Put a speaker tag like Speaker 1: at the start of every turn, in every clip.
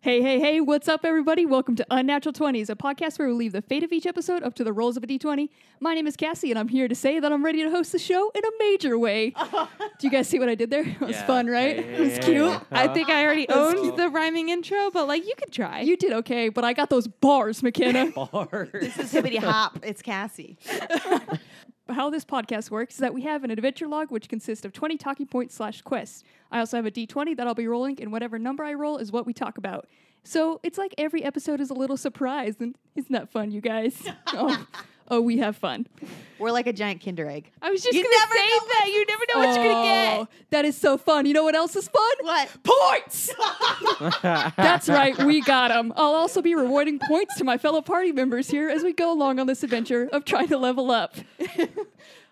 Speaker 1: Hey, hey, hey, what's up, everybody? Welcome to Unnatural 20s, a podcast where we leave the fate of each episode up to the rolls of a d20. My name is Cassie, and I'm here to say that I'm ready to host the show in a major way. Do you guys see what I did there? It was
Speaker 2: Yeah.
Speaker 1: fun, right?
Speaker 2: Yeah, yeah,
Speaker 1: it was
Speaker 2: yeah,
Speaker 1: cute.
Speaker 2: yeah.
Speaker 3: I think I already
Speaker 2: That's
Speaker 3: owned
Speaker 2: cute.
Speaker 3: the rhyming intro, but like you could try.
Speaker 1: You did okay, but I got those bars, McKenna.
Speaker 2: Bars.
Speaker 4: This is hippity hop. It's Cassie.
Speaker 1: How this podcast works is that we have an adventure log, which consists of 20 talking points slash quests. I also have a d20 that I'll be rolling, and whatever number I roll is what we talk about. So it's like every episode is a little surprise, and isn't that fun, you guys? oh, oh, we have fun.
Speaker 4: We're like a giant Kinder egg.
Speaker 3: I was just
Speaker 4: You
Speaker 3: gonna
Speaker 4: never
Speaker 3: say
Speaker 4: know
Speaker 3: that. You never know what you're gonna get.
Speaker 1: Oh, That is so fun. You know what else is fun?
Speaker 4: What?
Speaker 1: Points! That's right, we got them. I'll also be rewarding points to my fellow party members here as we go along on this adventure of trying to level up.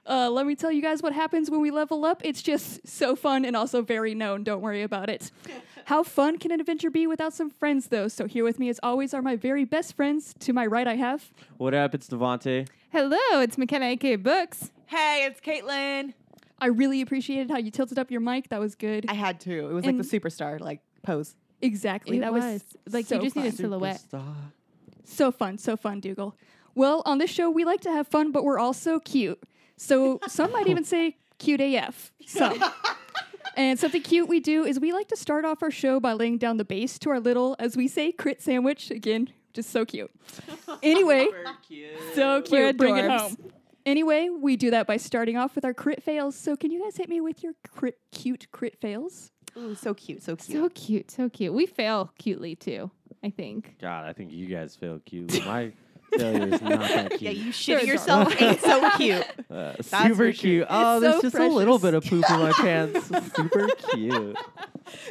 Speaker 1: uh, let me tell you guys what happens when we level up. It's just so fun and also very known. Don't worry about it. How fun can an adventure be without some friends, though? So, here with me, as always, are my very best friends. To my right, I have.
Speaker 2: What up? It's Devonte.
Speaker 3: Hello, it's McKenna aka Books.
Speaker 4: Hey, it's Caitlin.
Speaker 1: I really appreciated how you tilted up your mic. That was good.
Speaker 4: I had to. It was
Speaker 1: And-
Speaker 4: like the superstar like pose.
Speaker 1: exactly. that was,
Speaker 3: like
Speaker 1: so
Speaker 3: you just
Speaker 1: fun.
Speaker 3: need a silhouette.
Speaker 2: Superstar.
Speaker 1: So fun, so fun, Dougal. Well, on this show, we like to have fun, but we're also cute. So some might even say cute AF. Some. and something cute we do is we like to start off our show by laying down the base to our little, as we say, crit sandwich. Again, just so cute. Anyway, so cute.
Speaker 3: We're
Speaker 1: Bring it
Speaker 3: adorbs.
Speaker 1: home. Anyway, we do that by starting off with our crit fails. So can you guys hit me with your crit, cute crit fails?
Speaker 4: Ooh, so cute, so cute.
Speaker 3: So cute, so cute. We fail cutely too, I think.
Speaker 2: God, I think you guys feel cute. My failure is not that cute.
Speaker 4: yeah, you
Speaker 1: They're
Speaker 4: shit yourself. It's so cute.
Speaker 2: Uh,
Speaker 4: for
Speaker 2: super
Speaker 4: sure.
Speaker 2: cute. Oh, there's
Speaker 1: so
Speaker 2: just a little bit of
Speaker 1: precious.
Speaker 2: poop in my pants. super cute.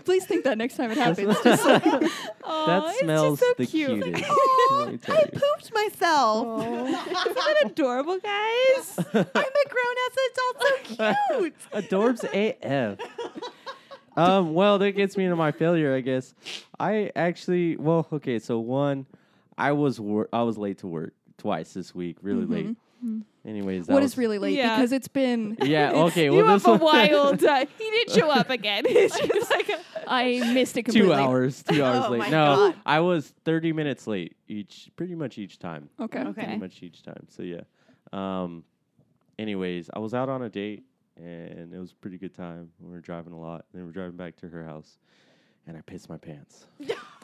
Speaker 1: Please think that next time it happens.
Speaker 2: that
Speaker 3: Aw, it's just
Speaker 2: smells
Speaker 3: so
Speaker 2: the
Speaker 3: cute.
Speaker 2: cutest.
Speaker 4: Oh,
Speaker 2: let me tell
Speaker 4: I
Speaker 2: you.
Speaker 4: pooped myself.
Speaker 3: Oh. Isn't that adorable, guys?
Speaker 4: I'm a grown ass adult. So cute.
Speaker 2: Adorbs AF. Um, well, that gets me into my failure, I guess. I actually, well, okay, so one, I was wor- I was late to work twice this week, really late. Anyways, that
Speaker 1: what
Speaker 2: was,
Speaker 1: is really late?
Speaker 3: Yeah.
Speaker 1: Because it's been
Speaker 2: Yeah, okay. Well,
Speaker 3: you
Speaker 2: this
Speaker 3: have a
Speaker 2: one-
Speaker 3: wild uh, he didn't show up again. It's just like a,
Speaker 1: I missed it completely.
Speaker 2: two hours, two hours
Speaker 4: Oh
Speaker 2: late.
Speaker 4: my
Speaker 2: no,
Speaker 4: God.
Speaker 2: I was thirty minutes late each, pretty much each time.
Speaker 1: Okay.
Speaker 4: Okay.
Speaker 2: Pretty much each time. So yeah. Um, anyways, I was out on a date and it was a pretty good time. We were driving a lot. Then we were driving back to her house, and I pissed my pants.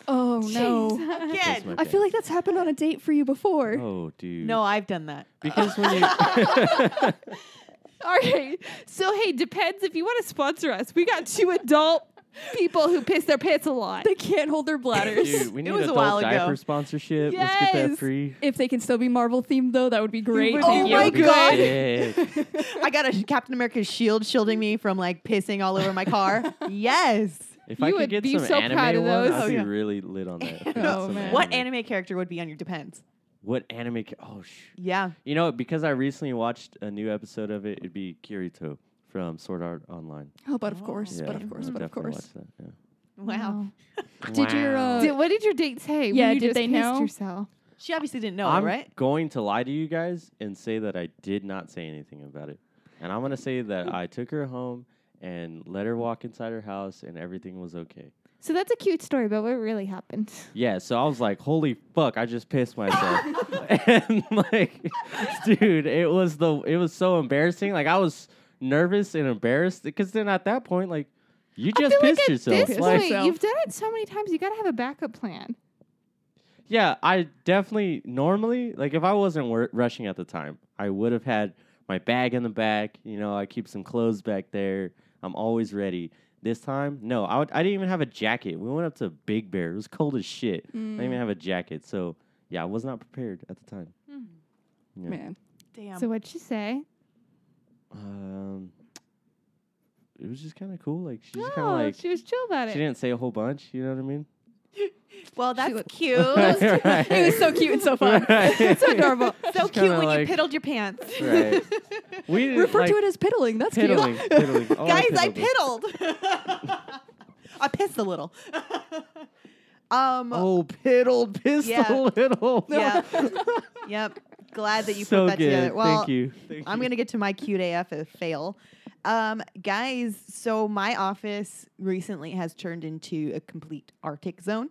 Speaker 1: Oh no.
Speaker 2: Pissed
Speaker 4: Again.
Speaker 2: my
Speaker 1: I feel like that's happened on a date for you before.
Speaker 2: Oh, dude.
Speaker 4: No, I've done that.
Speaker 2: Because when you
Speaker 3: All right. So hey, depends if you want to sponsor us. We got two adult people who piss their pants a lot.
Speaker 1: They can't hold their bladders.
Speaker 2: dude, we
Speaker 4: It
Speaker 2: need
Speaker 4: was a
Speaker 2: adult
Speaker 4: while ago.
Speaker 2: diaper sponsorship. Let's get that
Speaker 3: Yes.
Speaker 2: free.
Speaker 1: if they can still be Marvel themed though, that would be great.
Speaker 3: would
Speaker 1: Thank
Speaker 4: be
Speaker 1: you.
Speaker 4: Oh my
Speaker 2: That'd be
Speaker 4: God.
Speaker 2: sick.
Speaker 4: I got a Captain America shield shielding me from like pissing all over my car. yes.
Speaker 2: If
Speaker 3: You
Speaker 2: I could
Speaker 3: would
Speaker 2: get
Speaker 3: be
Speaker 2: some
Speaker 3: so
Speaker 2: anime
Speaker 3: proud of
Speaker 2: one,
Speaker 3: those.
Speaker 2: I'd
Speaker 4: Oh,
Speaker 2: be
Speaker 4: yeah.
Speaker 2: really lit on that. If I got
Speaker 1: Oh,
Speaker 2: some
Speaker 1: man.
Speaker 4: What anime character would be on your depends?
Speaker 2: What anime? Ca- oh, sh-
Speaker 4: Yeah.
Speaker 2: you know, because I recently watched a new episode of it, it'd be Kirito from Sword Art Online.
Speaker 1: Oh, but of course,
Speaker 2: Yeah,
Speaker 1: but of course,
Speaker 2: I'd
Speaker 1: but of
Speaker 2: definitely
Speaker 1: course.
Speaker 2: watch that,
Speaker 4: Wow.
Speaker 2: yeah.
Speaker 1: Did your, uh,
Speaker 3: Did, what did your date say? when
Speaker 1: Yeah,
Speaker 3: you
Speaker 1: did
Speaker 3: just
Speaker 1: they
Speaker 3: pissed
Speaker 1: know?
Speaker 3: Yourself?
Speaker 4: She obviously didn't know,
Speaker 2: I'm
Speaker 4: right?
Speaker 2: going to lie to you guys and say that I did not say anything about it, and I'm gonna say that I took her home and let her walk inside her house, and everything was okay.
Speaker 3: So that's a cute story, but what really happened?
Speaker 2: Yeah, so I was like, holy fuck, I just pissed myself. and like dude, it was the it was so embarrassing. Like I was nervous and embarrassed because then at that point, like you just
Speaker 3: I feel
Speaker 2: pissed
Speaker 3: like at
Speaker 2: yourself.
Speaker 3: This
Speaker 2: Like,
Speaker 3: point, you've done it so many times. You got to have a backup plan.
Speaker 2: yeah, I definitely normally like if I wasn't wor- rushing at the time, I would have had my bag in the back. You know, I keep some clothes back there. I'm always ready. This time, no, I, would, I didn't even have a jacket. We went up to Big Bear. It was cold as shit. I
Speaker 1: Mm.
Speaker 2: didn't even have a jacket. So yeah, I was not prepared at the time. Yeah.
Speaker 1: Man,
Speaker 4: Damn.
Speaker 3: So what'd she say?
Speaker 2: Um, it was just kind of cool. Like she just kind
Speaker 3: Oh,
Speaker 2: of like
Speaker 3: she was chill about
Speaker 2: she
Speaker 3: it.
Speaker 2: didn't say a whole bunch. You know what I mean?
Speaker 4: well, that's
Speaker 1: looked-
Speaker 4: cute.
Speaker 1: it was so cute and so fun.
Speaker 2: It's
Speaker 4: adorable. So
Speaker 2: Just
Speaker 4: cute
Speaker 2: kinda
Speaker 4: when
Speaker 2: like-
Speaker 4: you piddled your pants.
Speaker 2: Right. We didn't,
Speaker 1: Refer
Speaker 2: like,
Speaker 1: to it as piddling. That's
Speaker 2: piddling,
Speaker 1: cute.
Speaker 2: piddling. Oh,
Speaker 4: Guys, I
Speaker 2: piddled it.
Speaker 4: piddled. I pissed a little. um,
Speaker 2: Oh, piddled, pissed
Speaker 4: Yeah.
Speaker 2: a little.
Speaker 4: yeah. yep. Glad that you
Speaker 2: so
Speaker 4: put that
Speaker 2: good.
Speaker 4: together. Well,
Speaker 2: Thank you. Thank
Speaker 4: I'm
Speaker 2: you.
Speaker 4: gonna get to my cute AF if fail. Um, guys, so my office recently has turned into a complete Arctic zone.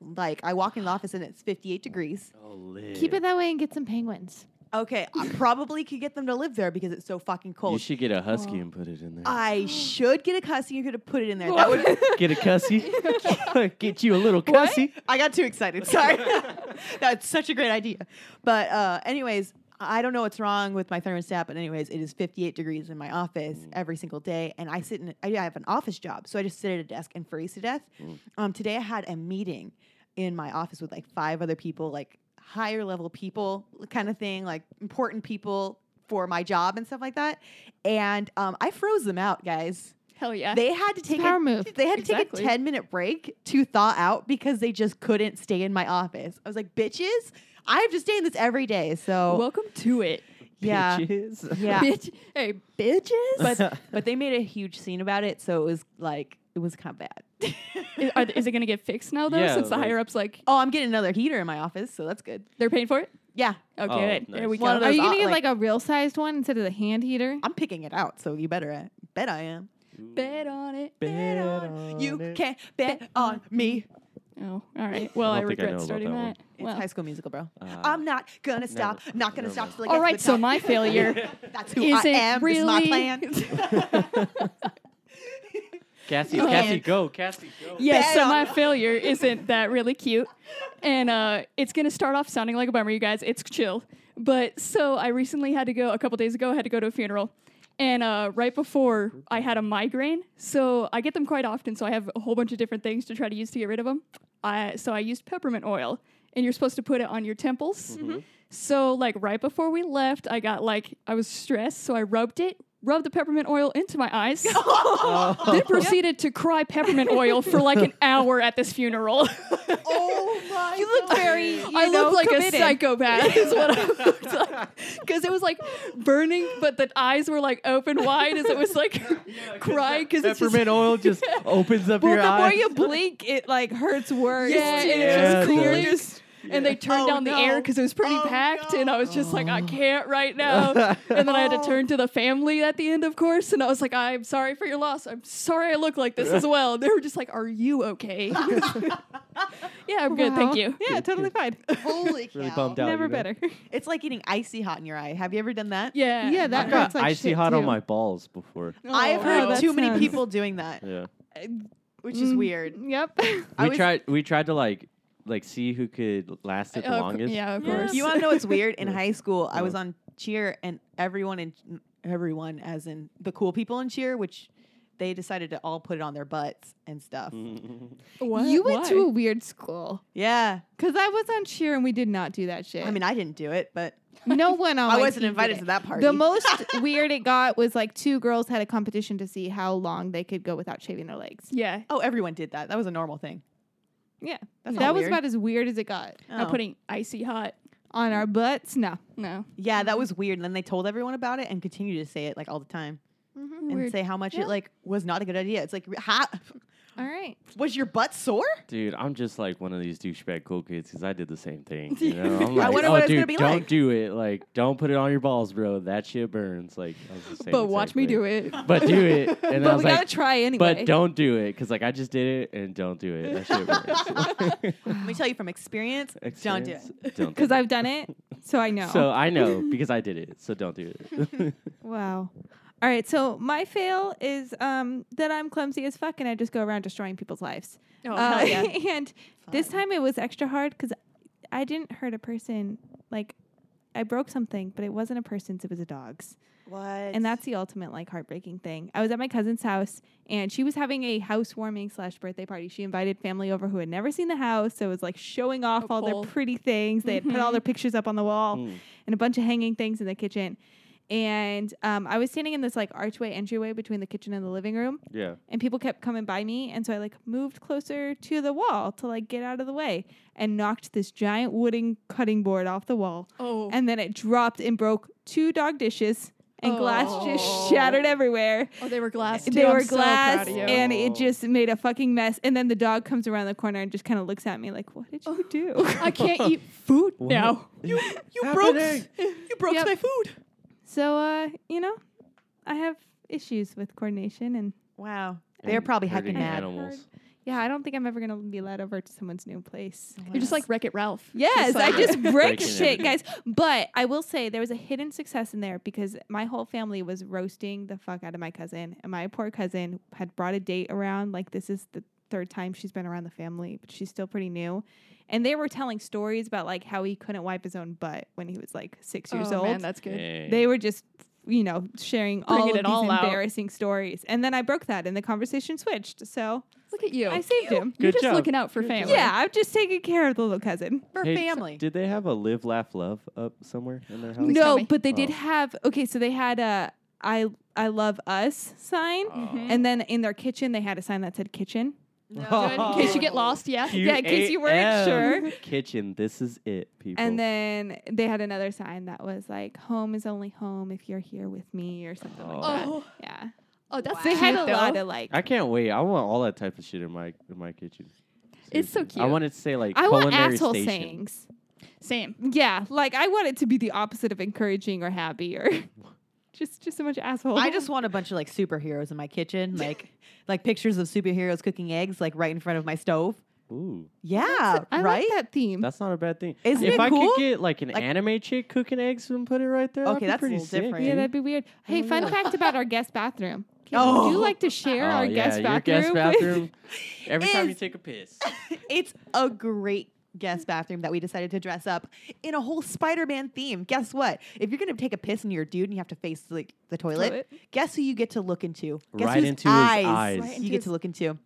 Speaker 4: Like I walk in the office and it's 58 degrees.
Speaker 2: Oh, live.
Speaker 3: Keep it that way and get some penguins.
Speaker 4: Okay, I probably could get them to live there because it's so fucking
Speaker 2: You
Speaker 4: cold.
Speaker 2: should get a husky and put it in there.
Speaker 4: I should get a cussy. You could have put it in there. That would.
Speaker 2: get a cussy. get you a little cussy.
Speaker 4: I got too excited. Sorry. That's such a great idea. But uh, anyways, I don't know what's wrong with my thermostat, but anyways, it is 58 degrees in my office every single day, and I sit in. I I have an office job, so I just sit at a desk and freeze to death. Um, today I had a meeting in my office with like five other people, like higher level people, kind of thing, like important people for my job and stuff like that. And um, I froze them out, guys.
Speaker 1: Hell yeah.
Speaker 4: They had to take
Speaker 3: power
Speaker 4: a,
Speaker 3: move.
Speaker 4: They had to
Speaker 1: Exactly.
Speaker 4: take a ten minute break to thaw out because they just couldn't stay in my office. I was like, bitches, I have to stay in this every day. So
Speaker 1: Welcome to it.
Speaker 4: yeah,
Speaker 2: Bitches.
Speaker 4: yeah.
Speaker 1: Bitch. Hey, bitches.
Speaker 4: but but they made a huge scene about it, so it was like it was kind of bad.
Speaker 1: is, are th- is it going to get fixed now, though,
Speaker 2: Yeah,
Speaker 1: since the
Speaker 2: like-
Speaker 1: higher ups, like,
Speaker 4: oh, I'm getting another heater in my office, so that's good.
Speaker 1: they're paying for it?
Speaker 4: Yeah,
Speaker 1: Okay,
Speaker 2: Oh,
Speaker 1: good.
Speaker 2: nice.
Speaker 1: there we go.
Speaker 4: One of
Speaker 3: Are
Speaker 4: those
Speaker 3: you gonna
Speaker 4: au-
Speaker 3: get
Speaker 4: like-
Speaker 3: like a real sized one instead of the hand heater?
Speaker 4: I'm picking it out, so you better uh, bet I am.
Speaker 1: bet on it.
Speaker 2: Bet on
Speaker 4: you
Speaker 2: it.
Speaker 4: can't bet on me.
Speaker 1: Oh, all right. Well, I,
Speaker 2: don't think I know
Speaker 1: regret
Speaker 2: about
Speaker 1: starting
Speaker 2: that one.
Speaker 1: that.
Speaker 4: It's
Speaker 1: Well.
Speaker 4: High School Musical, bro.
Speaker 2: Uh,
Speaker 4: I'm not gonna stop.
Speaker 2: never-
Speaker 4: Not gonna
Speaker 2: never
Speaker 4: stop
Speaker 2: mind.
Speaker 4: till I get
Speaker 1: All
Speaker 4: to
Speaker 1: right,
Speaker 4: the
Speaker 1: so
Speaker 4: top.
Speaker 1: my failure.
Speaker 4: That's who
Speaker 1: Is
Speaker 4: I
Speaker 1: it
Speaker 4: am. This is my
Speaker 1: really-
Speaker 4: plan.
Speaker 2: Cassie,
Speaker 4: You
Speaker 2: Cassie,
Speaker 4: can't.
Speaker 2: go. Cassie, go.
Speaker 1: Yes,
Speaker 4: Bet
Speaker 1: so
Speaker 4: on
Speaker 1: my
Speaker 4: it.
Speaker 1: failure isn't that really cute. And uh, it's going to start off sounding like a bummer, you guys. It's chill. But so I recently had to go, a couple days ago, I had to go to a funeral. And uh, right before, I had a migraine. So I get them quite often. So I have a whole bunch of different things to try to use to get rid of them. I, so I used peppermint oil. And you're supposed to put it on your temples. So, like, right before we left, I got like, I was stressed. So I rubbed it, rubbed the peppermint oil into my eyes.
Speaker 2: Oh.
Speaker 1: then proceeded to cry peppermint oil for like an hour at this funeal.
Speaker 4: oh my!
Speaker 3: You look very. You
Speaker 1: I
Speaker 3: know,
Speaker 1: looked like
Speaker 3: committed.
Speaker 1: a psychopath, is what I looked like. Because it was like burning, but the eyes were like open wide as it was like crying. Because it's just.
Speaker 2: Peppermint oil just opens up
Speaker 3: Well,
Speaker 2: your
Speaker 3: the more
Speaker 2: eyes.
Speaker 3: you blink, it like hurts worse.
Speaker 1: Yeah, and
Speaker 2: Yeah,
Speaker 1: it was
Speaker 2: dude.
Speaker 1: cooling. And they turned
Speaker 4: Oh,
Speaker 1: down the air
Speaker 4: no.
Speaker 1: because it was pretty
Speaker 4: Oh,
Speaker 1: packed, and I was just like, I can't right now.
Speaker 2: Oh.
Speaker 1: and then I had to
Speaker 4: Oh.
Speaker 1: turn to the family at the end, of course, and I was like, I'm sorry for your loss. I'm sorry I look like this as well. They were just like, Are you okay? yeah, I'm good.
Speaker 3: Wow.
Speaker 1: Thank you.
Speaker 3: Yeah, totally fine.
Speaker 4: Holy cow!
Speaker 2: Really bummed out.
Speaker 3: Never
Speaker 2: you know?
Speaker 3: better.
Speaker 4: It's like getting icy hot in your eye. Have you ever done that?
Speaker 1: Yeah.
Speaker 3: Yeah, that
Speaker 2: I
Speaker 3: hurts
Speaker 2: got
Speaker 3: like
Speaker 2: icy
Speaker 3: shit,
Speaker 2: hot on
Speaker 3: too.
Speaker 2: my balls before.
Speaker 4: I have
Speaker 1: Oh,
Speaker 4: heard
Speaker 1: wow.
Speaker 4: too many
Speaker 3: That sounds-
Speaker 4: people doing that,
Speaker 2: Yeah.
Speaker 4: which is
Speaker 3: Mm,
Speaker 4: weird.
Speaker 3: Yep.
Speaker 4: I
Speaker 2: We
Speaker 4: was-
Speaker 2: tried. We tried to like, like see who could last it the
Speaker 1: Oh, c-
Speaker 2: longest.
Speaker 1: yeah, of
Speaker 2: but-
Speaker 1: course.
Speaker 4: You want to know what's weird? In high school, I was
Speaker 2: Yeah.
Speaker 4: on cheer, and everyone in everyone, as in the cool people in cheer, which they decided to all put it on their butts and stuff.
Speaker 2: Mm.
Speaker 1: What?
Speaker 3: You went
Speaker 1: Why?
Speaker 3: to a weird school.
Speaker 4: Yeah,
Speaker 3: Cause I was on cheer and we did not do that shit.
Speaker 4: I mean, I didn't do it, but
Speaker 3: no one on.
Speaker 4: I
Speaker 3: my
Speaker 4: wasn't
Speaker 3: team
Speaker 4: invited
Speaker 3: did
Speaker 4: to
Speaker 3: it.
Speaker 4: that party.
Speaker 3: The most weird it got was like two girls had a competition to see how long they could go without shaving their legs.
Speaker 1: Yeah.
Speaker 4: oh, everyone did that. That was a normal thing.
Speaker 3: Yeah,
Speaker 4: That's
Speaker 3: that
Speaker 4: not
Speaker 3: was
Speaker 4: weird.
Speaker 3: about as weird as it got.
Speaker 1: Not
Speaker 4: Oh.
Speaker 1: putting icy hot.
Speaker 3: On our butts, no.
Speaker 1: No.
Speaker 4: Yeah, that
Speaker 1: Mm-hmm.
Speaker 4: was weird. And then they told everyone about it and continue to say it like all the time and
Speaker 1: Weird.
Speaker 4: say how much
Speaker 3: Yeah.
Speaker 4: it like was not a good idea. It's like, ha,
Speaker 3: All right.
Speaker 4: was your butt sore?
Speaker 2: Dude, I'm just like one of these douchebag cool kids because I did the same thing. You know, I'm like,
Speaker 4: wonder
Speaker 2: oh,
Speaker 4: what it's
Speaker 2: dude,
Speaker 4: gonna be
Speaker 2: don't
Speaker 4: like."
Speaker 2: do it. Like, don't put it on your balls, bro. That shit burns. Like, I was the same
Speaker 1: But watch
Speaker 2: exact
Speaker 1: me
Speaker 2: way.
Speaker 1: do it.
Speaker 2: But do it, and I
Speaker 3: but
Speaker 2: was
Speaker 3: we
Speaker 2: like,
Speaker 3: gotta try anyway.
Speaker 2: but don't do it because like I just did it, and don't do it. That shit burns.
Speaker 4: Let me tell you from experience, don't do it.
Speaker 2: Experience, Don't. do
Speaker 3: because
Speaker 2: it.
Speaker 3: I've done it, so I know.
Speaker 2: So I know because I did it. So don't do it.
Speaker 3: wow. All right. So my fail is um, that I'm clumsy as fuck, and I just go around destroying people's lives.
Speaker 1: Oh,
Speaker 3: Uh,
Speaker 1: hell yeah.
Speaker 3: and this time it was extra hard because I didn't hurt a person. Like I broke something, but it wasn't a person's; it was a dog's.
Speaker 4: What?
Speaker 3: And that's the ultimate like heartbreaking thing. I was at my cousin's house and she was having a housewarming slash birthday party. She invited family over who had never seen the house. So it was like showing off
Speaker 1: Oh,
Speaker 3: all
Speaker 1: cool.
Speaker 3: their pretty things. They had put all their pictures up on the wall
Speaker 2: Mm.
Speaker 3: and a bunch of hanging things in the kitchen. And um, I was standing in this like archway entryway between the kitchen and the living room
Speaker 2: yeah.
Speaker 3: and people kept coming by me and so i like moved closer to the wall to like get out of the way and knocked this giant wooden cutting board off the wall
Speaker 1: Oh.
Speaker 3: and then it dropped and broke two dog dishes and glass
Speaker 1: Oh.
Speaker 3: just shattered everywhere
Speaker 1: oh, they were glass.
Speaker 3: they
Speaker 1: too.
Speaker 3: were
Speaker 1: I'm so proud
Speaker 3: glass
Speaker 1: of you.
Speaker 3: and it
Speaker 2: Oh.
Speaker 3: just made a fucking mess and then the dog comes around the corner and just kind of looks at me like what did you do
Speaker 1: I can't eat food
Speaker 2: What?
Speaker 1: now.
Speaker 4: you. You broke.
Speaker 2: Happening.
Speaker 4: You broke
Speaker 3: Yep.
Speaker 4: my food.
Speaker 3: so uh you know i have issues with coordination and
Speaker 4: Wow. They're probably heckin'
Speaker 2: hurting
Speaker 4: mad.
Speaker 2: animals.
Speaker 3: Yeah, I don't think I'm ever gonna be led over to someone's new place.
Speaker 1: You're just like Wreck It Ralph.
Speaker 3: Yes, I
Speaker 1: like-
Speaker 3: just break
Speaker 2: Breaking
Speaker 3: shit,
Speaker 2: everything.
Speaker 3: guys. But I will say there was a hidden success in there because my whole family was roasting the fuck out of my cousin, and my poor cousin had brought a date around. Like this is the third time she's been around the family, but she's still pretty new. And they were telling stories about like how he couldn't wipe his own butt when he was like six years
Speaker 1: oh,
Speaker 3: old.
Speaker 1: man, that's good.
Speaker 2: Dang.
Speaker 3: they were just you know sharing
Speaker 1: Bringing
Speaker 3: all of
Speaker 1: it
Speaker 3: these
Speaker 1: all out.
Speaker 3: embarrassing stories, and then I broke that, and the conversation switched. So
Speaker 1: Look at you.
Speaker 3: I saved him.
Speaker 1: You're
Speaker 2: Good
Speaker 1: just
Speaker 2: job.
Speaker 1: looking out for
Speaker 2: Good job.
Speaker 1: family.
Speaker 3: Yeah, I'm just taking care of the little cousin.
Speaker 4: for
Speaker 2: Hey,
Speaker 4: family.
Speaker 2: Did they have a live, laugh, love up somewhere in their house?
Speaker 1: Please tell
Speaker 3: No,
Speaker 1: me.
Speaker 3: but they did
Speaker 2: Oh.
Speaker 3: have okay, so they had a I I love us sign.
Speaker 1: Mhm.
Speaker 3: And then in their kitchen they had a sign that said kitchen.
Speaker 1: Good. In case you
Speaker 2: Oh,
Speaker 1: get lost, yeah.
Speaker 3: Yeah, in case you weren't
Speaker 2: QAM.
Speaker 3: sure.
Speaker 2: Kitchen, this is it, people.
Speaker 3: And then they had another sign that was like home is only home if you're here with me or something like that.
Speaker 1: Oh,
Speaker 3: Yeah.
Speaker 1: oh, that's
Speaker 4: Wow.
Speaker 3: They had
Speaker 1: cute,
Speaker 3: a lot
Speaker 1: though.
Speaker 3: of like
Speaker 2: I can't wait. I want all that type of shit in my in my kitchen.
Speaker 1: It's so
Speaker 2: Seriously. I
Speaker 1: cute.
Speaker 2: wanted to say like
Speaker 3: I want
Speaker 2: culinary
Speaker 3: asshole
Speaker 2: station.
Speaker 3: sayings.
Speaker 1: Same.
Speaker 3: Yeah. Like I want it to be the opposite of encouraging or happy or just just so much asshole.
Speaker 4: I just want a bunch of like superheroes in my kitchen, like like pictures of superheroes cooking eggs, like right in front of my stove.
Speaker 2: Ooh,
Speaker 4: Yeah,
Speaker 3: I
Speaker 4: right.
Speaker 3: like that theme.
Speaker 2: that's not a bad thing.
Speaker 4: Isn't
Speaker 2: if
Speaker 4: it
Speaker 2: I
Speaker 4: cool?
Speaker 2: could get like an
Speaker 4: Like-
Speaker 2: anime chick cooking eggs and put it right there, that'd be
Speaker 4: Okay, that's a
Speaker 2: pretty
Speaker 4: little
Speaker 2: sick,
Speaker 4: different.
Speaker 3: Yeah,
Speaker 2: dude.
Speaker 3: that'd be weird. Hey,
Speaker 2: Oh,
Speaker 3: fun
Speaker 2: yeah.
Speaker 3: fact about our guest bathroom. Kate, Would you
Speaker 4: Oh.
Speaker 3: like to share
Speaker 2: Oh,
Speaker 3: our
Speaker 2: yeah,
Speaker 3: guest
Speaker 2: your
Speaker 3: bathroom?
Speaker 2: guest
Speaker 3: please?
Speaker 2: bathroom. Every time you
Speaker 4: Is-
Speaker 2: take a piss.
Speaker 4: it's a great guest bathroom that we decided to dress up in a whole Spider-Man theme. Guess what? If you're gonna take a piss and you're a dude and you have to face like the toilet,
Speaker 3: Toilet.
Speaker 4: guess who you get to look into? Guess
Speaker 2: Right
Speaker 4: whose
Speaker 2: into his eyes. Right
Speaker 4: you
Speaker 3: into
Speaker 4: get
Speaker 3: his-
Speaker 4: to look into.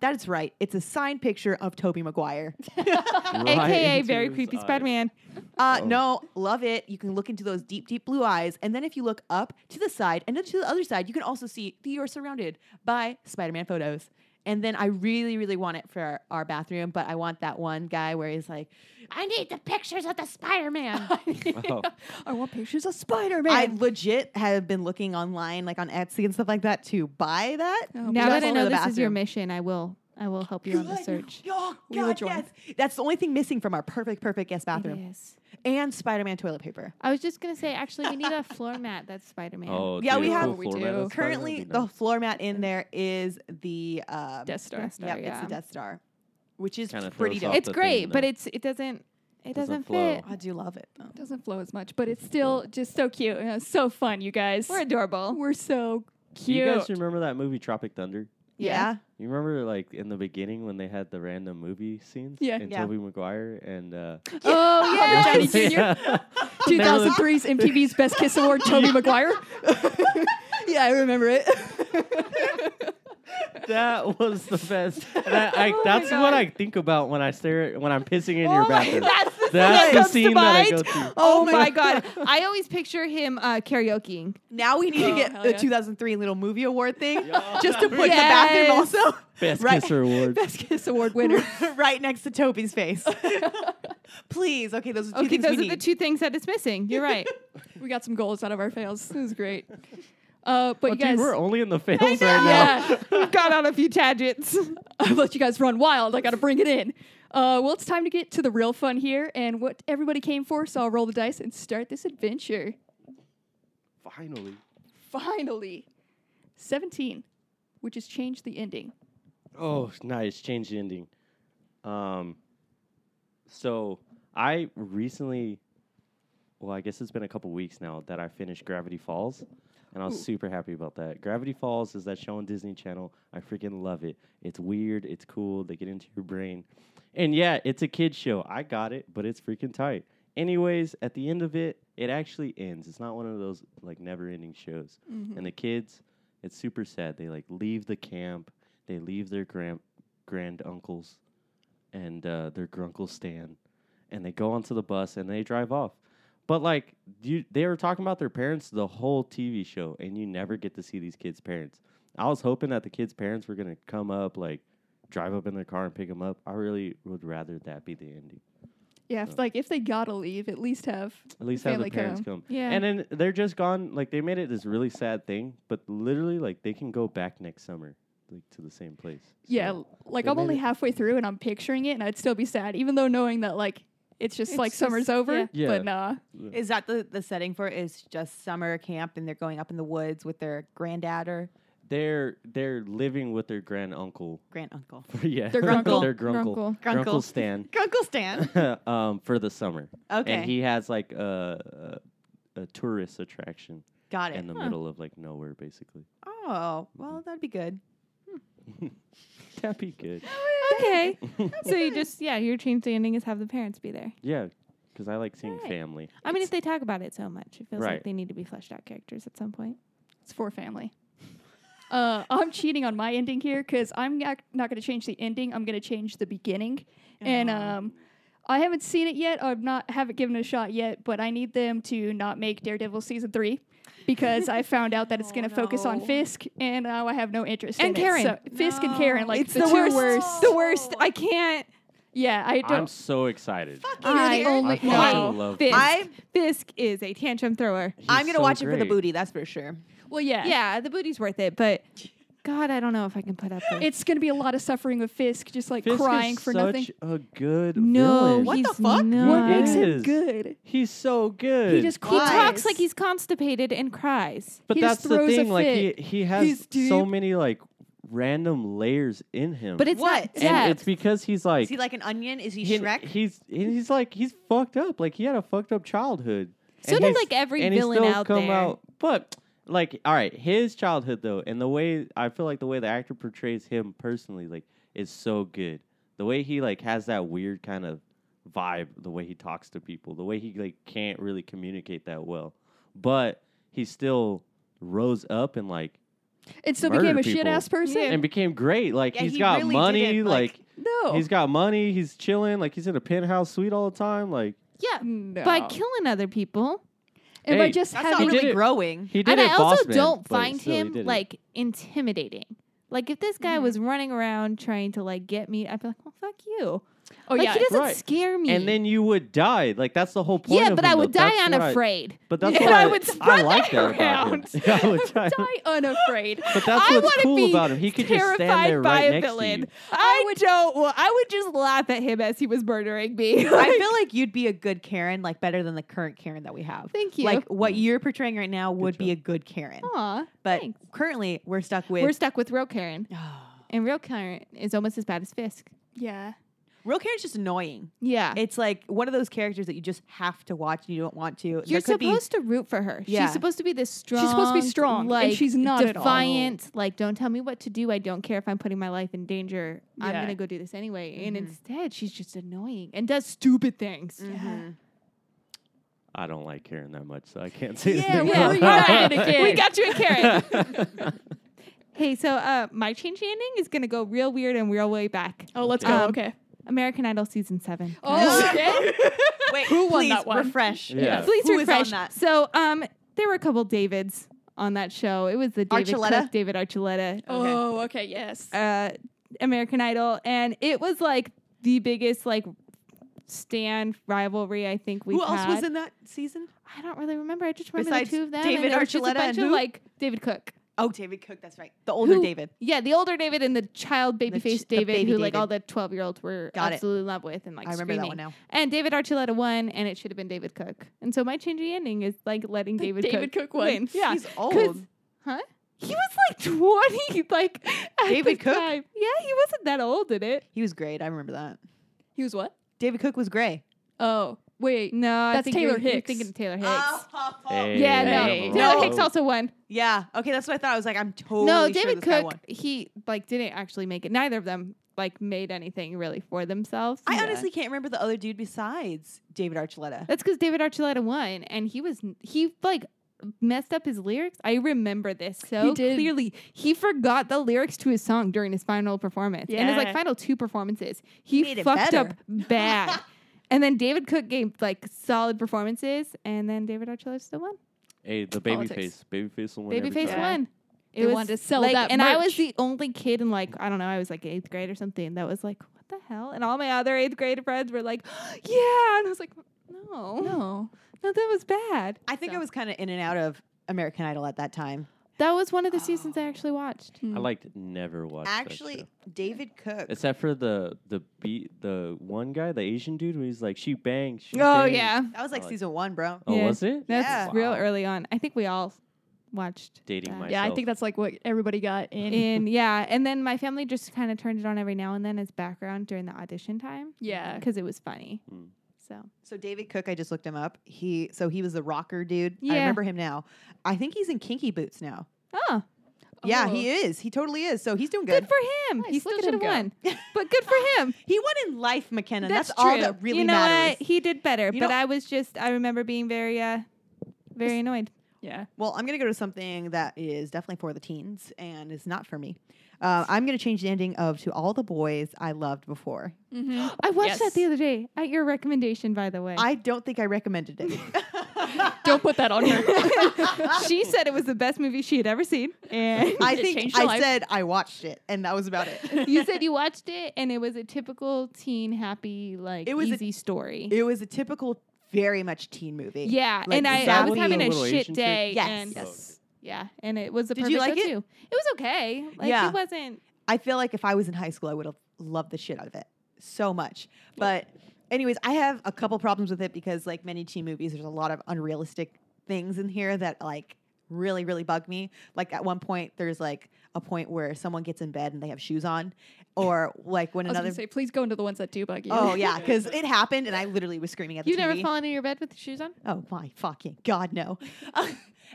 Speaker 4: That is right. It's a signed picture of Toby Maguire.
Speaker 2: Right
Speaker 3: AKA
Speaker 2: into
Speaker 3: very
Speaker 2: his
Speaker 3: creepy
Speaker 2: eyes.
Speaker 3: Spider Man.
Speaker 4: Uh,
Speaker 2: Oh.
Speaker 4: No, love it. You can look into those deep, deep blue eyes. And then if you look up to the side and then to the other side, you can also see that you are surrounded by Spider Man photos. And then I really, really want it for our, our bathroom, but I want that one guy where he's like, I need the pictures of the Spider Man.
Speaker 2: Oh.
Speaker 1: I want pictures of Spider
Speaker 4: I
Speaker 1: Man.
Speaker 4: legit have been looking online, like on Etsy and stuff like that, to buy that.
Speaker 1: Oh,
Speaker 3: Now
Speaker 4: just
Speaker 3: that I
Speaker 4: for
Speaker 3: know
Speaker 4: the
Speaker 3: this is your
Speaker 4: bathroom.
Speaker 3: mission, I will I will help you on the
Speaker 4: Good.
Speaker 3: search.
Speaker 4: Oh,
Speaker 1: We will
Speaker 4: God,
Speaker 1: join.
Speaker 4: yes. That's the only thing missing from our perfect, perfect guest bathroom
Speaker 3: It is.
Speaker 4: and Spider Man toilet paper.
Speaker 3: I was just gonna say, actually, we need a floor mat that's Spider Man.
Speaker 2: Oh,
Speaker 4: Yeah, we
Speaker 2: dude, a
Speaker 4: have-
Speaker 2: cool
Speaker 1: we
Speaker 2: floor
Speaker 1: do.
Speaker 2: mat outside, that'd
Speaker 4: Currently,
Speaker 2: be
Speaker 4: the
Speaker 2: nice.
Speaker 4: floor mat in there is the um,
Speaker 1: Death Star.
Speaker 3: Death Star,
Speaker 4: Yep, it's
Speaker 3: yeah.
Speaker 4: the Death Star, which is
Speaker 2: Kinda
Speaker 4: pretty
Speaker 2: throws
Speaker 4: dope.
Speaker 2: off
Speaker 3: It's
Speaker 2: the theme,
Speaker 3: great, but
Speaker 2: though.
Speaker 3: it's it doesn't
Speaker 2: Doesn't
Speaker 3: it doesn't,
Speaker 2: flow.
Speaker 3: fit.
Speaker 4: I do love it though.
Speaker 1: Doesn't flow as much, but it's still just so cute. and it's so fun, you guys.
Speaker 3: We're adorable.
Speaker 1: We're so
Speaker 2: Do
Speaker 1: cute.
Speaker 2: you guys remember that movie Tropic Thunder?
Speaker 4: Yeah.
Speaker 2: You remember like in the beginning when they had the random movie scenes?
Speaker 1: Yeah.
Speaker 2: And
Speaker 4: Yeah.
Speaker 2: Tobey Maguire and uh
Speaker 1: Oh, yeah. Johnny Jr.
Speaker 2: Yeah.
Speaker 1: 2003's MTV's Best Kiss Award, Toby Maguire.
Speaker 4: yeah, I remember it.
Speaker 2: that was the best. That, I,
Speaker 3: Oh my
Speaker 2: that's
Speaker 3: God.
Speaker 2: what I think about when I stare at, when I'm pissing in your
Speaker 3: Oh my-
Speaker 2: bathroom.
Speaker 3: that's the,
Speaker 2: That's the
Speaker 3: comes to
Speaker 2: scene that I
Speaker 3: mind.
Speaker 2: go to.
Speaker 3: Oh, my god. I always picture him uh, karaokeing.
Speaker 4: Now we need
Speaker 1: Oh,
Speaker 4: to get
Speaker 1: hell
Speaker 4: the
Speaker 1: yeah.
Speaker 4: 2003 little movie award thing
Speaker 2: Yeah.
Speaker 4: just to put in
Speaker 3: Yes.
Speaker 4: the bathroom also.
Speaker 2: Best
Speaker 4: Right.
Speaker 2: kisser award.
Speaker 1: Best Kiss Award winner.
Speaker 4: right next to Toby's face. Please. Okay, those
Speaker 2: Oh,
Speaker 4: are two
Speaker 3: Okay,
Speaker 4: things
Speaker 3: those
Speaker 4: we
Speaker 3: are the
Speaker 4: need.
Speaker 3: two things that it's missing. You're right.
Speaker 1: We got some goals out of our fails. It was great. Uh, but you
Speaker 2: Dude,
Speaker 1: guys,
Speaker 2: we're only in the fails right now.
Speaker 1: yeah,
Speaker 3: We've got on a few tangents.
Speaker 1: I let you guys run wild. I got to bring it in. Uh, well, it's time to get to the real fun here and what everybody came for. So I'll roll the dice and start this adventure.
Speaker 2: Finally.
Speaker 1: Finally, seventeen, which has changed the ending.
Speaker 2: Oh, nice. Change the ending. Um, so I recently, well, I guess it's been a couple weeks now that I finished Gravity Falls, and I was
Speaker 1: Ooh.
Speaker 2: super happy about that. Gravity Falls is that show on Disney Channel. I freaking love it. It's weird. It's cool. They get into your brain, and yeah, it's a kid show. I got it, but it's freaking tight. Anyways, at the end of it, it actually ends. It's not one of those like never-ending shows and the kids it's super sad they like leave the camp they leave their grand grand uncles and uh, their grunkle stan and they go onto the bus and they drive off but like you they were talking about their parents the whole tv show and you never get to see these kids parents i was hoping that the kids parents were going to come up like drive up in their car and pick them up i really would rather that be the ending
Speaker 1: Yeah,
Speaker 2: Oh.
Speaker 1: if, like if they gotta leave, at least have
Speaker 2: at least have the
Speaker 1: family
Speaker 2: parents come.
Speaker 3: Yeah.
Speaker 2: And then they're just gone. Like they made it this really sad thing, but literally, like they can go back next summer, like to the same place.
Speaker 1: yeah.
Speaker 2: So,
Speaker 1: Like
Speaker 2: they
Speaker 1: I'm
Speaker 2: made
Speaker 1: only
Speaker 2: it-
Speaker 1: halfway through and I'm picturing it, and I'd still be sad, even though knowing that like it's just
Speaker 3: It's
Speaker 1: like
Speaker 3: just-
Speaker 1: summer's over.
Speaker 3: yeah.
Speaker 2: Yeah.
Speaker 1: But nah,
Speaker 4: Is that the, the setting for it? Is just summer camp and they're going up in the woods with their granddad or
Speaker 2: they're they're living with their grand uncle.
Speaker 4: Grand uncle.
Speaker 2: yeah,
Speaker 1: Their grunkle.
Speaker 2: their grunkle,
Speaker 3: Grunkle.
Speaker 2: grunkle
Speaker 4: Grunkle.
Speaker 2: Stan.
Speaker 4: Uncle Stan.
Speaker 2: um, for the summer,
Speaker 4: Okay.
Speaker 2: and he has like a a, a tourist attraction
Speaker 4: Got it.
Speaker 2: in the
Speaker 3: Huh.
Speaker 2: middle of like nowhere, basically.
Speaker 4: Oh, well, that'd be good.
Speaker 2: That'd be good.
Speaker 3: Okay. so you just yeah, your dream standing is have the parents be there.
Speaker 2: Yeah, because I like seeing
Speaker 3: Right.
Speaker 2: family.
Speaker 3: I mean, if they talk about it so much, it feels
Speaker 2: Right.
Speaker 3: like they need to be fleshed out characters at some point.
Speaker 1: It's for family. Uh, I'm cheating on my ending here because I'm not, not going to change the ending. I'm going to change the beginning, and
Speaker 4: Oh.
Speaker 1: um, I haven't seen it yet. I'm not haven't given it a shot yet, but I need them to not make Daredevil season three because I found out that it's
Speaker 4: Oh,
Speaker 1: going to focus on
Speaker 4: no.
Speaker 1: Fisk, and now I have no interest.
Speaker 3: And
Speaker 1: in it.
Speaker 3: Karen.
Speaker 1: so Fisk and Karen,
Speaker 4: No.
Speaker 1: like
Speaker 3: it's
Speaker 1: the,
Speaker 3: the,
Speaker 1: two
Speaker 3: worst.
Speaker 1: worst.
Speaker 3: The worst. I can't.
Speaker 1: Yeah, I
Speaker 2: I'm
Speaker 1: don't.
Speaker 2: so excited.
Speaker 1: I
Speaker 4: idiot.
Speaker 1: only
Speaker 2: I fucking
Speaker 1: no.
Speaker 2: love.
Speaker 3: Fisk.
Speaker 4: I-
Speaker 3: Fisk is a tantrum thrower.
Speaker 2: He's
Speaker 4: I'm gonna
Speaker 2: so
Speaker 4: watch it for the
Speaker 2: great.
Speaker 4: booty. That's for sure.
Speaker 1: Well, yeah,
Speaker 3: Yeah, the booty's worth it, but God, I don't know if I can put up with
Speaker 1: It's going to be a lot of suffering with Fisk, just like
Speaker 2: Fisk
Speaker 1: crying
Speaker 2: is
Speaker 1: for
Speaker 2: such
Speaker 1: nothing.
Speaker 2: a good
Speaker 3: No,
Speaker 2: villain.
Speaker 4: What
Speaker 3: he's
Speaker 4: the fuck? What
Speaker 3: Not.
Speaker 1: What makes him
Speaker 2: Yes.
Speaker 1: good?
Speaker 2: He's so good.
Speaker 1: He just
Speaker 4: He
Speaker 3: He
Speaker 1: cries.
Speaker 3: talks like he's constipated and cries.
Speaker 2: But
Speaker 1: He
Speaker 2: that's
Speaker 1: just
Speaker 2: the
Speaker 1: throws a
Speaker 2: thing. Like he
Speaker 1: fit.
Speaker 2: he has
Speaker 1: He's
Speaker 2: so
Speaker 1: deep.
Speaker 2: many like random layers in him.
Speaker 3: But it's
Speaker 4: What?
Speaker 3: not
Speaker 2: and
Speaker 3: depth.
Speaker 2: it's because he's like
Speaker 4: Is he like an onion? Is he
Speaker 2: he-
Speaker 4: Shrek?
Speaker 2: He's and he's like he's fucked up. Like he had a fucked up childhood.
Speaker 3: So
Speaker 2: And
Speaker 3: did
Speaker 2: he's-
Speaker 3: like every
Speaker 2: and he
Speaker 3: villain
Speaker 2: still
Speaker 3: out
Speaker 2: come
Speaker 3: there.
Speaker 2: out. But like all right, his childhood though, and the way I feel like the way the actor portrays him personally, like is so good. The way he like has that weird kind of vibe. The way he talks to people. The way he like can't really communicate that well. But he still rose up and like
Speaker 1: and still
Speaker 2: murder
Speaker 1: became a
Speaker 2: people.
Speaker 1: shit ass person.
Speaker 3: Yeah.
Speaker 2: and became great. Like
Speaker 4: Yeah,
Speaker 2: he's
Speaker 4: he
Speaker 2: got
Speaker 4: really
Speaker 2: money.
Speaker 4: didn't, like-
Speaker 2: Like,
Speaker 1: No,
Speaker 3: Oh.
Speaker 2: he's got money. He's chilling. Like he's in a penthouse suite all the time. Like
Speaker 3: yeah,
Speaker 1: no.
Speaker 3: by killing other people.
Speaker 1: and by
Speaker 2: Hey,
Speaker 1: just
Speaker 4: That's not
Speaker 1: having
Speaker 2: He did
Speaker 4: really
Speaker 2: it-
Speaker 4: growing.
Speaker 2: he did
Speaker 3: And
Speaker 2: it.
Speaker 3: I also
Speaker 2: Bossman,
Speaker 3: don't
Speaker 2: but
Speaker 3: find
Speaker 2: still, he did
Speaker 3: him
Speaker 2: it. Mm.
Speaker 3: like intimidating. Like if this guy
Speaker 1: Mhm.
Speaker 3: was running around trying to like get me, I'd be like, "Well, fuck you."
Speaker 1: oh
Speaker 3: like
Speaker 1: yeah,
Speaker 3: he doesn't
Speaker 2: Right.
Speaker 3: scare me.
Speaker 2: And then you would die. Like that's the whole point.
Speaker 3: yeah,
Speaker 2: of
Speaker 3: but
Speaker 2: him,
Speaker 3: I
Speaker 2: though.
Speaker 3: would die
Speaker 2: That's what I-
Speaker 3: unafraid.
Speaker 2: But that's
Speaker 3: And
Speaker 2: what
Speaker 3: I would
Speaker 2: I
Speaker 3: spread
Speaker 2: like that
Speaker 3: that
Speaker 2: about him.
Speaker 3: around.
Speaker 2: I would die.
Speaker 1: die unafraid.
Speaker 2: But that's
Speaker 3: I
Speaker 2: what's
Speaker 3: wanna
Speaker 2: cool
Speaker 3: be
Speaker 2: about him. He could just stand
Speaker 3: terrified
Speaker 2: there
Speaker 3: by
Speaker 2: right
Speaker 3: a
Speaker 2: next
Speaker 3: villain.
Speaker 2: to you.
Speaker 3: I would don't. Well, I would just laugh at him as he was murdering me.
Speaker 4: I feel like you'd be a good Karen, like better than the current Karen that we have.
Speaker 3: Thank you.
Speaker 4: Like what you're portraying right now would be
Speaker 2: job.
Speaker 4: a good Karen.
Speaker 3: Aw,
Speaker 4: but
Speaker 3: thanks.
Speaker 4: currently we're stuck with
Speaker 3: we're stuck with real Karen,
Speaker 4: Oh.
Speaker 3: and real Karen is almost as bad as Fisk.
Speaker 1: yeah,
Speaker 4: real Karen's just annoying.
Speaker 3: Yeah,
Speaker 4: It's like one of those characters that you just have to watch and you don't want to.
Speaker 3: You're
Speaker 4: There could be-
Speaker 3: supposed to root for her.
Speaker 4: Yeah.
Speaker 3: She's supposed to be this strong.
Speaker 1: She's supposed to be strong, and
Speaker 3: like
Speaker 1: she's not at all.
Speaker 3: defiant. Like, don't tell me what to do. I don't care if I'm putting my life in danger. I'm
Speaker 1: Yeah.
Speaker 3: gonna go do this anyway. And
Speaker 4: Mhm.
Speaker 3: instead, she's just annoying and does stupid things.
Speaker 4: Mhm.
Speaker 2: I don't like Karen that much, so I can't say
Speaker 1: Yeah,
Speaker 2: anything.
Speaker 1: we're
Speaker 2: about
Speaker 1: united
Speaker 2: it.
Speaker 1: again.
Speaker 3: we got you in Karen. hey, so uh, my change ending is gonna go real weird and real way back.
Speaker 1: Oh, let's
Speaker 2: Okay.
Speaker 1: go.
Speaker 3: Um,
Speaker 1: okay.
Speaker 3: American Idol season seven.
Speaker 1: Oh, shit.
Speaker 4: Wait,
Speaker 1: Who won
Speaker 4: please
Speaker 1: that one?
Speaker 4: refresh.
Speaker 2: Yeah.
Speaker 3: Please
Speaker 4: Who is on
Speaker 3: refresh.
Speaker 4: that?
Speaker 3: So, um, there were a couple Davids on that show. It was the David
Speaker 4: Archuleta?
Speaker 3: Cook, David Archuleta,
Speaker 1: Oh, okay. Yes.
Speaker 3: uh, American Idol, and it was like the biggest like stand rivalry I think we.
Speaker 4: Who else was
Speaker 3: had.
Speaker 4: in that season?
Speaker 3: I don't really remember. I just remember
Speaker 4: Besides
Speaker 3: the two of them.
Speaker 4: David
Speaker 3: and there was just
Speaker 4: Archuleta
Speaker 3: a bunch
Speaker 4: and
Speaker 3: of
Speaker 4: who?
Speaker 3: like David Cook.
Speaker 4: Oh, David Cook. That's right. The older
Speaker 3: Who-
Speaker 4: David.
Speaker 3: Yeah, the older David and the child baby
Speaker 4: ch-
Speaker 3: faced
Speaker 4: the
Speaker 3: David,
Speaker 4: baby
Speaker 3: who like
Speaker 4: David.
Speaker 3: all the twelve year olds were
Speaker 4: Got it.
Speaker 3: absolutely in love with and like
Speaker 4: I remember
Speaker 3: screaming.
Speaker 4: that one now.
Speaker 3: And David Archuleta won, and it should have been David Cook. And so my changing ending is like letting David
Speaker 1: David Cook won.
Speaker 3: win. Yeah,
Speaker 4: He's
Speaker 3: 'Cause-
Speaker 4: old.
Speaker 3: Huh? He was like twenty, like at
Speaker 4: David
Speaker 3: the
Speaker 4: Cook?
Speaker 3: time. Yeah, he wasn't that old, did it?
Speaker 4: He was great. I remember that.
Speaker 1: He was what?
Speaker 4: David Cook was gray.
Speaker 1: Oh, wait.
Speaker 3: No, I
Speaker 1: That's
Speaker 3: think
Speaker 1: Taylor
Speaker 3: you're, you're
Speaker 1: Hicks.
Speaker 3: thinking of Taylor Hicks.
Speaker 2: Hey.
Speaker 3: Yeah, no.
Speaker 1: Hey.
Speaker 3: Taylor
Speaker 4: Oh. No.
Speaker 3: Hicks also won.
Speaker 4: Yeah. Okay, that's what I thought. I was like, I'm totally
Speaker 3: no,
Speaker 4: sure
Speaker 3: David
Speaker 4: this guy
Speaker 3: Cook,
Speaker 4: won.
Speaker 3: he like didn't actually make it. Neither of them like made anything really for themselves.
Speaker 4: I
Speaker 3: Yeah.
Speaker 4: honestly can't remember the other dude besides David Archuleta.
Speaker 3: That's because David Archuleta won, and he was he like messed up his lyrics. I remember this so
Speaker 1: He did.
Speaker 3: clearly. He forgot the lyrics to his song during his final performance, and his like
Speaker 1: Yeah.
Speaker 3: final two performances, he
Speaker 4: Made it
Speaker 3: fucked
Speaker 4: better.
Speaker 3: up bad. and then David Cook gave like solid performances, and then David Archuleta still won.
Speaker 2: Hey, the baby
Speaker 1: Politics.
Speaker 2: face. Baby face will win. every
Speaker 3: Babyface
Speaker 2: time.
Speaker 1: Yeah.
Speaker 3: won. It
Speaker 1: They wanted to sell
Speaker 3: like,
Speaker 1: that
Speaker 3: and I was
Speaker 1: merch.
Speaker 3: the only kid in like I don't know, I was like eighth grade or something that was like, what the hell? And all my other eighth grade friends were like, yeah, and I was like, no, no,
Speaker 1: No.
Speaker 3: that was bad.
Speaker 4: I think
Speaker 3: So-
Speaker 4: I was kind of in and out of American Idol at that time.
Speaker 3: That was one of the seasons I actually watched.
Speaker 2: I liked never watched. that show.
Speaker 4: David Cook.
Speaker 2: except for the the beat the one guy, the Asian dude, where he's like, she bangs. She
Speaker 3: Oh
Speaker 2: bangs."
Speaker 3: yeah,
Speaker 4: that was like
Speaker 2: I like-
Speaker 4: season one, bro.
Speaker 2: Oh,
Speaker 3: Yeah.
Speaker 2: was it?
Speaker 3: that's
Speaker 4: Yeah.
Speaker 3: real
Speaker 2: Wow.
Speaker 3: early on. I think we all watched
Speaker 2: Dating
Speaker 3: that.
Speaker 2: my-
Speaker 1: Yeah, I
Speaker 2: myself.
Speaker 1: think that's like what everybody got in.
Speaker 3: And yeah, and then my family just kind of turned it on every now and then as background during the audition time.
Speaker 1: Yeah.
Speaker 3: because it was funny.
Speaker 2: Mm.
Speaker 3: So
Speaker 4: So David Cook, I just looked him up. He so he was the rocker dude.
Speaker 3: Yeah.
Speaker 4: I remember him now. I think he's in Kinky Boots now.
Speaker 3: oh,
Speaker 4: Yeah,
Speaker 1: Oh.
Speaker 4: he is. He totally is. So he's doing good.
Speaker 3: good, for him.
Speaker 1: Nice,
Speaker 3: He
Speaker 1: look
Speaker 3: still
Speaker 1: at
Speaker 3: should
Speaker 1: him
Speaker 3: have
Speaker 1: go.
Speaker 3: won, but good for him.
Speaker 4: he won in life, McKenna. That's,
Speaker 3: That's
Speaker 4: all
Speaker 3: true.
Speaker 4: that really
Speaker 3: you know
Speaker 4: matters.
Speaker 3: What? He did better,
Speaker 4: You
Speaker 3: but
Speaker 4: know-
Speaker 3: I was just I remember being very uh very annoyed.
Speaker 1: Yeah.
Speaker 4: Well, I'm going to go to something that is definitely for the teens and is not for me. Uh, I'm going to change the ending of To All the Boys I Loved Before.
Speaker 1: Mm-hmm.
Speaker 3: I watched that the
Speaker 1: Yes.
Speaker 3: other day at your recommendation, by the way.
Speaker 4: I don't think I recommended it.
Speaker 1: Don't put that on her.
Speaker 3: she said it was the best movie she had ever seen, and
Speaker 4: I
Speaker 1: It
Speaker 4: think
Speaker 1: changed your
Speaker 4: I
Speaker 1: life.
Speaker 4: said I watched it, and that was about it.
Speaker 3: you said you watched it, and it was a typical teen happy like
Speaker 4: It was a-
Speaker 3: easy story.
Speaker 4: it was a typical, very much teen movie.
Speaker 3: yeah,
Speaker 4: like,
Speaker 3: and I,
Speaker 4: is
Speaker 3: I
Speaker 4: that
Speaker 3: was
Speaker 4: when
Speaker 3: having
Speaker 2: the
Speaker 3: a
Speaker 2: little
Speaker 3: shit
Speaker 2: Asian chick-
Speaker 3: day.
Speaker 4: Yes.
Speaker 3: And,
Speaker 4: Yes.
Speaker 3: Yeah, and it was a
Speaker 4: Did
Speaker 3: perfect
Speaker 4: you like it?
Speaker 3: go-to. It was okay. Like
Speaker 4: Yeah.
Speaker 3: it wasn't.
Speaker 4: I feel like if I was in high school, I would have loved the shit out of it so much. But, anyways, I have a couple problems with it because, like many teen movies, there's a lot of unrealistic things in here that, like, really, really bug me. Like, at one point, there's like a point where someone gets in bed and they have shoes on, or like when
Speaker 1: I was
Speaker 4: another.
Speaker 1: gonna say, please go into the ones that do bug you.
Speaker 4: Oh yeah, because it happened, and I literally was screaming at the
Speaker 3: You never
Speaker 4: TV.
Speaker 3: fallen in your bed with your shoes on?
Speaker 4: Oh my fucking god, no.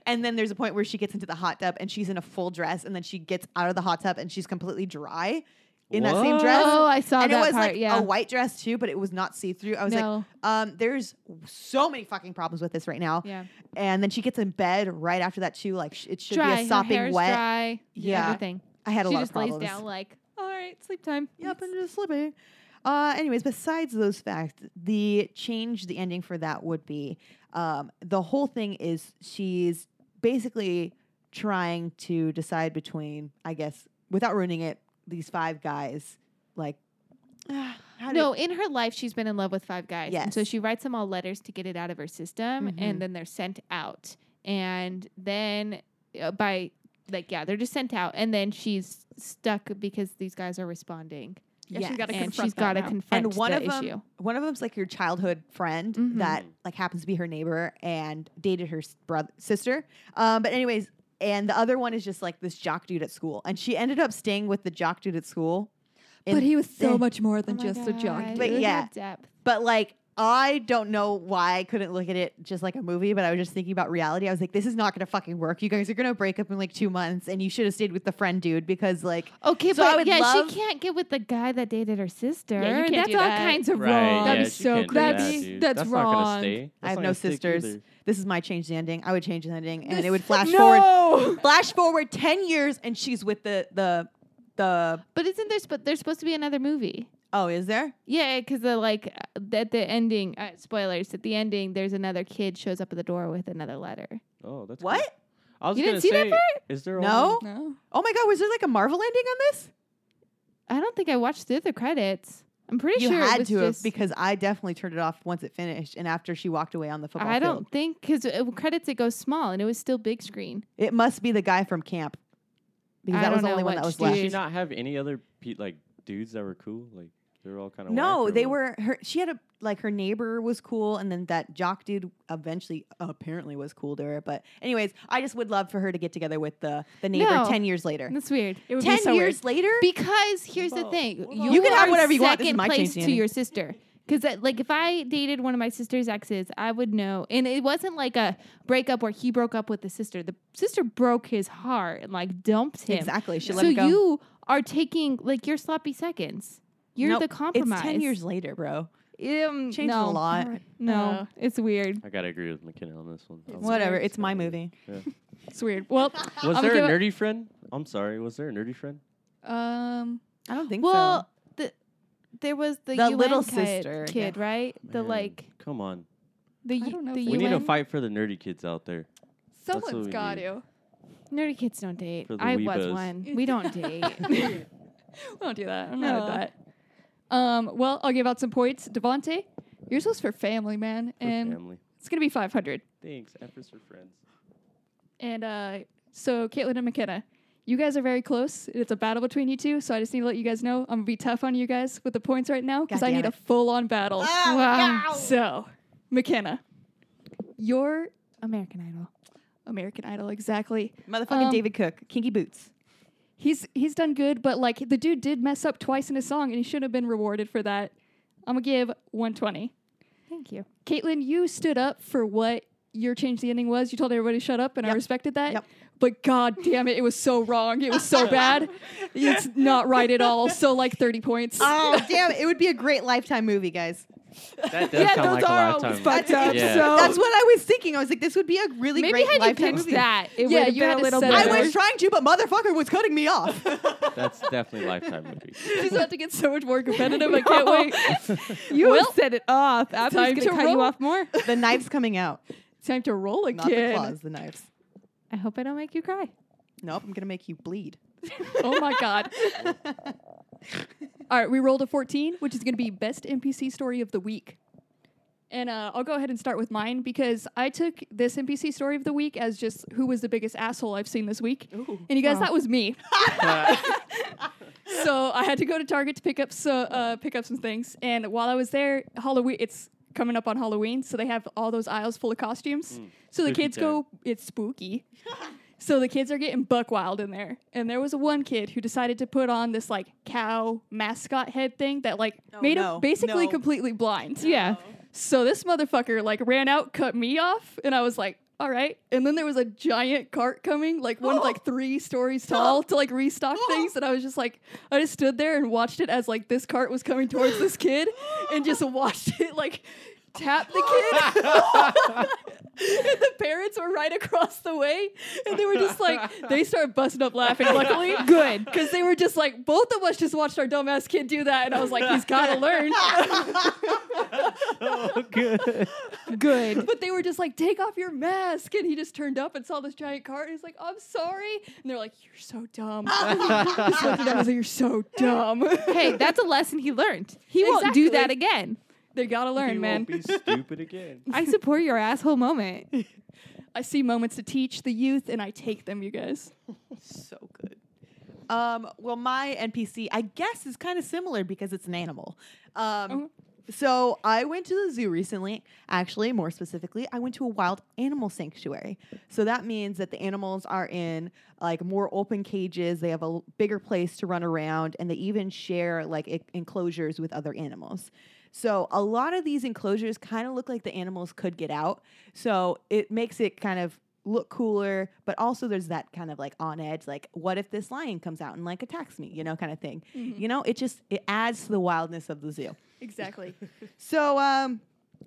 Speaker 4: and then there's a point where she gets into the hot tub and she's in a full dress, and then she gets out of the hot tub and she's completely dry in that same dress.
Speaker 3: Oh, I saw
Speaker 4: and
Speaker 3: that
Speaker 4: it was
Speaker 3: part.
Speaker 4: like
Speaker 3: yeah.
Speaker 4: a white dress too, but it was not see through. I was
Speaker 3: No.
Speaker 4: like, um, there's so many fucking problems with this right now.
Speaker 3: yeah.
Speaker 4: And then she gets in bed right after that too. Like sh- it should
Speaker 3: dry.
Speaker 4: be a
Speaker 3: her hair's
Speaker 4: sopping wet.
Speaker 3: Dry.
Speaker 4: Yeah.
Speaker 3: Everything.
Speaker 4: I had a
Speaker 3: she
Speaker 4: lot
Speaker 3: just
Speaker 4: of problems.
Speaker 3: lays down like, all right, sleep time.
Speaker 4: Yep, and just slipping. Uh, anyways, besides those facts, the change the ending for that would be um, the whole thing is she's basically trying to decide between, I guess, without ruining it, these five guys. Like, ah, how do-
Speaker 3: No, in her life, she's been in love with five guys. And so
Speaker 4: Yes.
Speaker 3: she writes them all letters to get it out of her system,
Speaker 4: Mhm.
Speaker 3: and then they're sent out. And then uh, by like, yeah, they're just sent out, and then she's stuck because these guys are responding,
Speaker 1: Yeah, she's gotta
Speaker 4: yes.
Speaker 3: and
Speaker 1: confront
Speaker 3: she's
Speaker 1: that
Speaker 3: got to
Speaker 1: now. Oh
Speaker 3: confront
Speaker 4: And one
Speaker 3: the
Speaker 4: of 'em-
Speaker 3: issue.
Speaker 4: one of them's like your childhood friend
Speaker 1: Mm-hmm.
Speaker 3: Mhm.
Speaker 4: that like happens to be her neighbor and dated her s- brother sister. Um, but anyways, and the other one is just like this jock dude at school, and she ended up staying with the jock dude at school.
Speaker 1: But
Speaker 4: And-
Speaker 1: he was so
Speaker 4: eh.
Speaker 1: much more than
Speaker 3: Oh my
Speaker 1: just a jock.
Speaker 3: God,
Speaker 1: dude.
Speaker 4: But
Speaker 3: look at
Speaker 4: yeah.
Speaker 3: depth.
Speaker 4: But like, I don't know why I couldn't look at it just like a movie, but I was just thinking about reality. I was like, this is not going to fucking work. You guys are going to break up in like two months, and you should have stayed with the friend dude because like,
Speaker 3: Okay,
Speaker 4: So I
Speaker 3: but
Speaker 4: would
Speaker 3: yeah,
Speaker 4: love-
Speaker 3: she can't get with the guy that dated her sister.
Speaker 1: Yeah, you can't
Speaker 3: That's
Speaker 1: do
Speaker 3: all
Speaker 1: that.
Speaker 3: kinds of
Speaker 2: Right.
Speaker 3: wrong.
Speaker 1: That'd
Speaker 2: yeah,
Speaker 1: be
Speaker 2: she
Speaker 1: so
Speaker 2: can't do
Speaker 1: crazy.
Speaker 2: that,
Speaker 1: That's-
Speaker 2: dude.
Speaker 1: that's
Speaker 2: Not
Speaker 1: wrong.
Speaker 2: gonna stay.
Speaker 4: I
Speaker 2: That's
Speaker 4: have
Speaker 2: not
Speaker 4: no
Speaker 2: gonna stick
Speaker 4: sisters.
Speaker 2: either.
Speaker 4: This is my change the ending. I would change the ending, and
Speaker 1: This-
Speaker 4: it would flash forward,
Speaker 1: no!
Speaker 4: flash forward ten years, and she's with the the the.
Speaker 3: But isn't there? But there's supposed to be another movie.
Speaker 4: Oh, is there?
Speaker 3: Yeah, because the like uh, at the ending, uh, spoilers at the ending, there's another kid shows up at the door with another letter.
Speaker 2: Oh, that's
Speaker 4: What?
Speaker 2: Cool. I was
Speaker 3: You
Speaker 2: gonna
Speaker 3: didn't see that
Speaker 2: say,
Speaker 3: part?
Speaker 2: Is there
Speaker 4: No?
Speaker 2: only-
Speaker 1: No.
Speaker 4: Oh my god, was there like a Marvel ending on this?
Speaker 3: I don't think I watched through the credits. I'm pretty
Speaker 4: you
Speaker 3: sure it
Speaker 4: had
Speaker 3: was
Speaker 4: to have
Speaker 3: just.
Speaker 4: because I definitely turned it off once it finished and after she walked away on the football
Speaker 3: I
Speaker 4: field.
Speaker 3: don't think because credits it goes small and it was still big screen.
Speaker 4: It must be the guy from camp. Because
Speaker 3: I
Speaker 4: that was
Speaker 3: don't
Speaker 4: the
Speaker 3: know
Speaker 4: only one
Speaker 3: what
Speaker 4: that was
Speaker 3: she
Speaker 2: Did
Speaker 4: left.
Speaker 2: she
Speaker 3: Dude.
Speaker 2: not have any other pe- like dudes that were cool? Like they were all kind of
Speaker 4: No, they were her she had a like her neighbor was cool and then that jock dude eventually apparently was cool to her. But anyways, I just would love for her to get together with the the neighbor
Speaker 3: No.
Speaker 4: ten years later.
Speaker 3: That's weird.
Speaker 1: It would be
Speaker 4: Ten
Speaker 1: so weird.
Speaker 4: years later?
Speaker 3: Because here's the
Speaker 2: about-
Speaker 3: thing,
Speaker 2: what
Speaker 3: you,
Speaker 2: about- You
Speaker 4: can have
Speaker 3: are
Speaker 4: whatever you want. This is
Speaker 3: second
Speaker 4: my change,
Speaker 3: place to
Speaker 4: Danny.
Speaker 3: your sister. Because like if I dated one of my sister's exes, I would know, and it wasn't like a breakup where he broke up with the sister. The sister broke his heart and like dumped him.
Speaker 4: Exactly. She
Speaker 3: So
Speaker 4: let him go.
Speaker 3: you are taking like your sloppy seconds. You're
Speaker 4: Nope.
Speaker 3: the compromise.
Speaker 4: It's ten years later, bro.
Speaker 3: Um,
Speaker 4: Changed
Speaker 3: no,
Speaker 4: a lot.
Speaker 3: No,
Speaker 1: Uh,
Speaker 3: it's weird.
Speaker 2: I gotta agree with McKenna on this one. I'm
Speaker 4: Whatever.
Speaker 2: sorry.
Speaker 4: It's my movie.
Speaker 2: Yeah.
Speaker 1: It's weird. Well,
Speaker 2: Was
Speaker 1: I'm
Speaker 2: there a
Speaker 1: gonna-
Speaker 2: nerdy friend? I'm sorry. Was there a nerdy friend?
Speaker 1: um,
Speaker 4: I don't think so.
Speaker 3: Well, the, there was the,
Speaker 4: The
Speaker 3: UN
Speaker 4: little
Speaker 3: kid,
Speaker 4: sister,
Speaker 3: kid, right? The
Speaker 2: Man,
Speaker 3: like
Speaker 2: Come on.
Speaker 3: the
Speaker 1: I
Speaker 3: U-
Speaker 1: don't know
Speaker 3: the
Speaker 1: if
Speaker 2: We need a
Speaker 3: UN
Speaker 2: fight for the nerdy kids out there. what
Speaker 1: someone's
Speaker 2: we
Speaker 1: got
Speaker 2: need.
Speaker 1: to.
Speaker 3: nerdy kids don't date.
Speaker 2: For the
Speaker 3: I was
Speaker 2: weebos.
Speaker 3: one. We don't date.
Speaker 1: we don't do that. I'm not
Speaker 3: No.
Speaker 1: at that. Um, well, I'll give out some points. Devonte, yours was for family, man,
Speaker 2: For
Speaker 1: and
Speaker 2: family.
Speaker 1: it's gonna be 500.
Speaker 2: Thanks. Efforts for friends.
Speaker 1: And uh, so, Caitlin and McKenna, you guys are very close. It's a battle between you two, so I just need to let you guys know I'm gonna be tough on you guys with the points right now because
Speaker 4: God
Speaker 1: I
Speaker 4: damn
Speaker 1: need
Speaker 4: it.
Speaker 1: a full-on battle.
Speaker 3: Oh, wow.
Speaker 1: So, McKenna, your
Speaker 3: American Idol.
Speaker 1: American Idol, exactly.
Speaker 4: Motherfucking
Speaker 1: Um,
Speaker 4: David Cook, Kinky Boots.
Speaker 1: He's he's done good, but like the dude did mess up twice in his song, and he should have been rewarded for that. I'm gonna give 120.
Speaker 3: Thank you.
Speaker 1: Caitlin, you stood up for what your change the ending was. You told everybody to shut up, and I
Speaker 4: Yep.
Speaker 1: respected that.
Speaker 4: Yep.
Speaker 1: But god damn it, it was so wrong. It was so bad. It's not right at all. So like 30 points.
Speaker 4: Oh damn! It would be a great lifetime movie, guys.
Speaker 2: That does
Speaker 5: yeah,
Speaker 2: sound
Speaker 5: those
Speaker 2: like a
Speaker 5: are
Speaker 2: lifetime.
Speaker 5: always fucked up.
Speaker 2: Yeah.
Speaker 5: So
Speaker 1: Oh.
Speaker 4: That's what I was thinking. I was like, this would be a really
Speaker 3: Maybe
Speaker 4: great
Speaker 3: had you
Speaker 4: lifetime
Speaker 3: picked
Speaker 4: movie.
Speaker 3: that, it
Speaker 1: Yeah,
Speaker 3: would have
Speaker 1: you
Speaker 3: been a
Speaker 1: had to
Speaker 3: little
Speaker 1: set
Speaker 3: better.
Speaker 1: it
Speaker 4: I
Speaker 1: up.
Speaker 4: was trying to, but motherfucker was cutting me off.
Speaker 2: That's definitely lifetime movie.
Speaker 1: She's about to get so much more competitive. I can't wait.
Speaker 3: You
Speaker 1: Well,
Speaker 3: have set it off. I'm
Speaker 1: time
Speaker 3: just
Speaker 1: to
Speaker 3: gonna cut
Speaker 1: roll.
Speaker 3: you off more.
Speaker 4: the knife's coming out,
Speaker 1: Time to roll
Speaker 4: not the
Speaker 1: again.
Speaker 4: claws, the knives.
Speaker 3: I hope I don't make you cry.
Speaker 4: Nope, I'm gonna make you bleed.
Speaker 1: oh my god. All right, we rolled a 14, which is going to be best NPC story of the week. And uh, I'll go ahead and start with mine because I took this NPC story of the week as just who was the biggest asshole I've seen this week. And you guys,
Speaker 3: Wow.
Speaker 1: that was me. so I had to go to Target to pick up so uh, pick up some things. And while I was there, Halloween it's coming up on Halloween, so they have all those aisles full of costumes. so the
Speaker 2: Mm. spooky
Speaker 1: kids
Speaker 2: time.
Speaker 1: go, it's spooky. So the kids are getting buck wild in there. And there was one kid who decided to put on this like cow mascot head thing that like
Speaker 4: Oh,
Speaker 1: made
Speaker 4: no.
Speaker 1: him basically
Speaker 4: No.
Speaker 1: completely blind.
Speaker 3: Yeah.
Speaker 1: So this motherfucker like ran out, cut me off, and I was like, all right. And then there was a giant cart coming, like one like three stories tall to like restock things. And I was just like, I just stood there and watched it as like this cart was coming towards this kid and just watched it like tap the kid. and the parents were right across the way. And they were just like, they started busting up laughing, luckily. Good. Because they were just like, both of us just watched our dumbass kid do that. And I was like, he's got to learn.
Speaker 2: oh, good.
Speaker 3: Good.
Speaker 1: But they were just like, take off your mask. And he just turned up and saw this giant cart. And he's like, I'm sorry. And they're like, you're so dumb. just looked at them and was like, you're so dumb.
Speaker 3: hey, that's a lesson he learned. He won't
Speaker 1: Exactly.
Speaker 3: do that again.
Speaker 1: they got to learn,
Speaker 2: you
Speaker 1: man.
Speaker 2: won't be stupid again.
Speaker 3: I support your asshole moment.
Speaker 1: I see moments to teach the youth and I take them, you guys.
Speaker 4: so good. Um, well, my NPC, I guess, is kind of similar because it's an animal. Um,
Speaker 1: Oh.
Speaker 4: So I went to the zoo recently. Actually, more specifically, I went to a wild animal sanctuary. So that means that the animals are in like more open cages. They have a l- bigger place to run around, and they even share like e- enclosures with other animals. So a lot of these enclosures kind of look like the animals could get out. So it makes it kind of look cooler, but also there's that kind of like on edge, like what if this lion comes out and like attacks me, you know, kind of thing. You know, it just it adds to the wildness of the zoo.
Speaker 1: Exactly.
Speaker 4: So um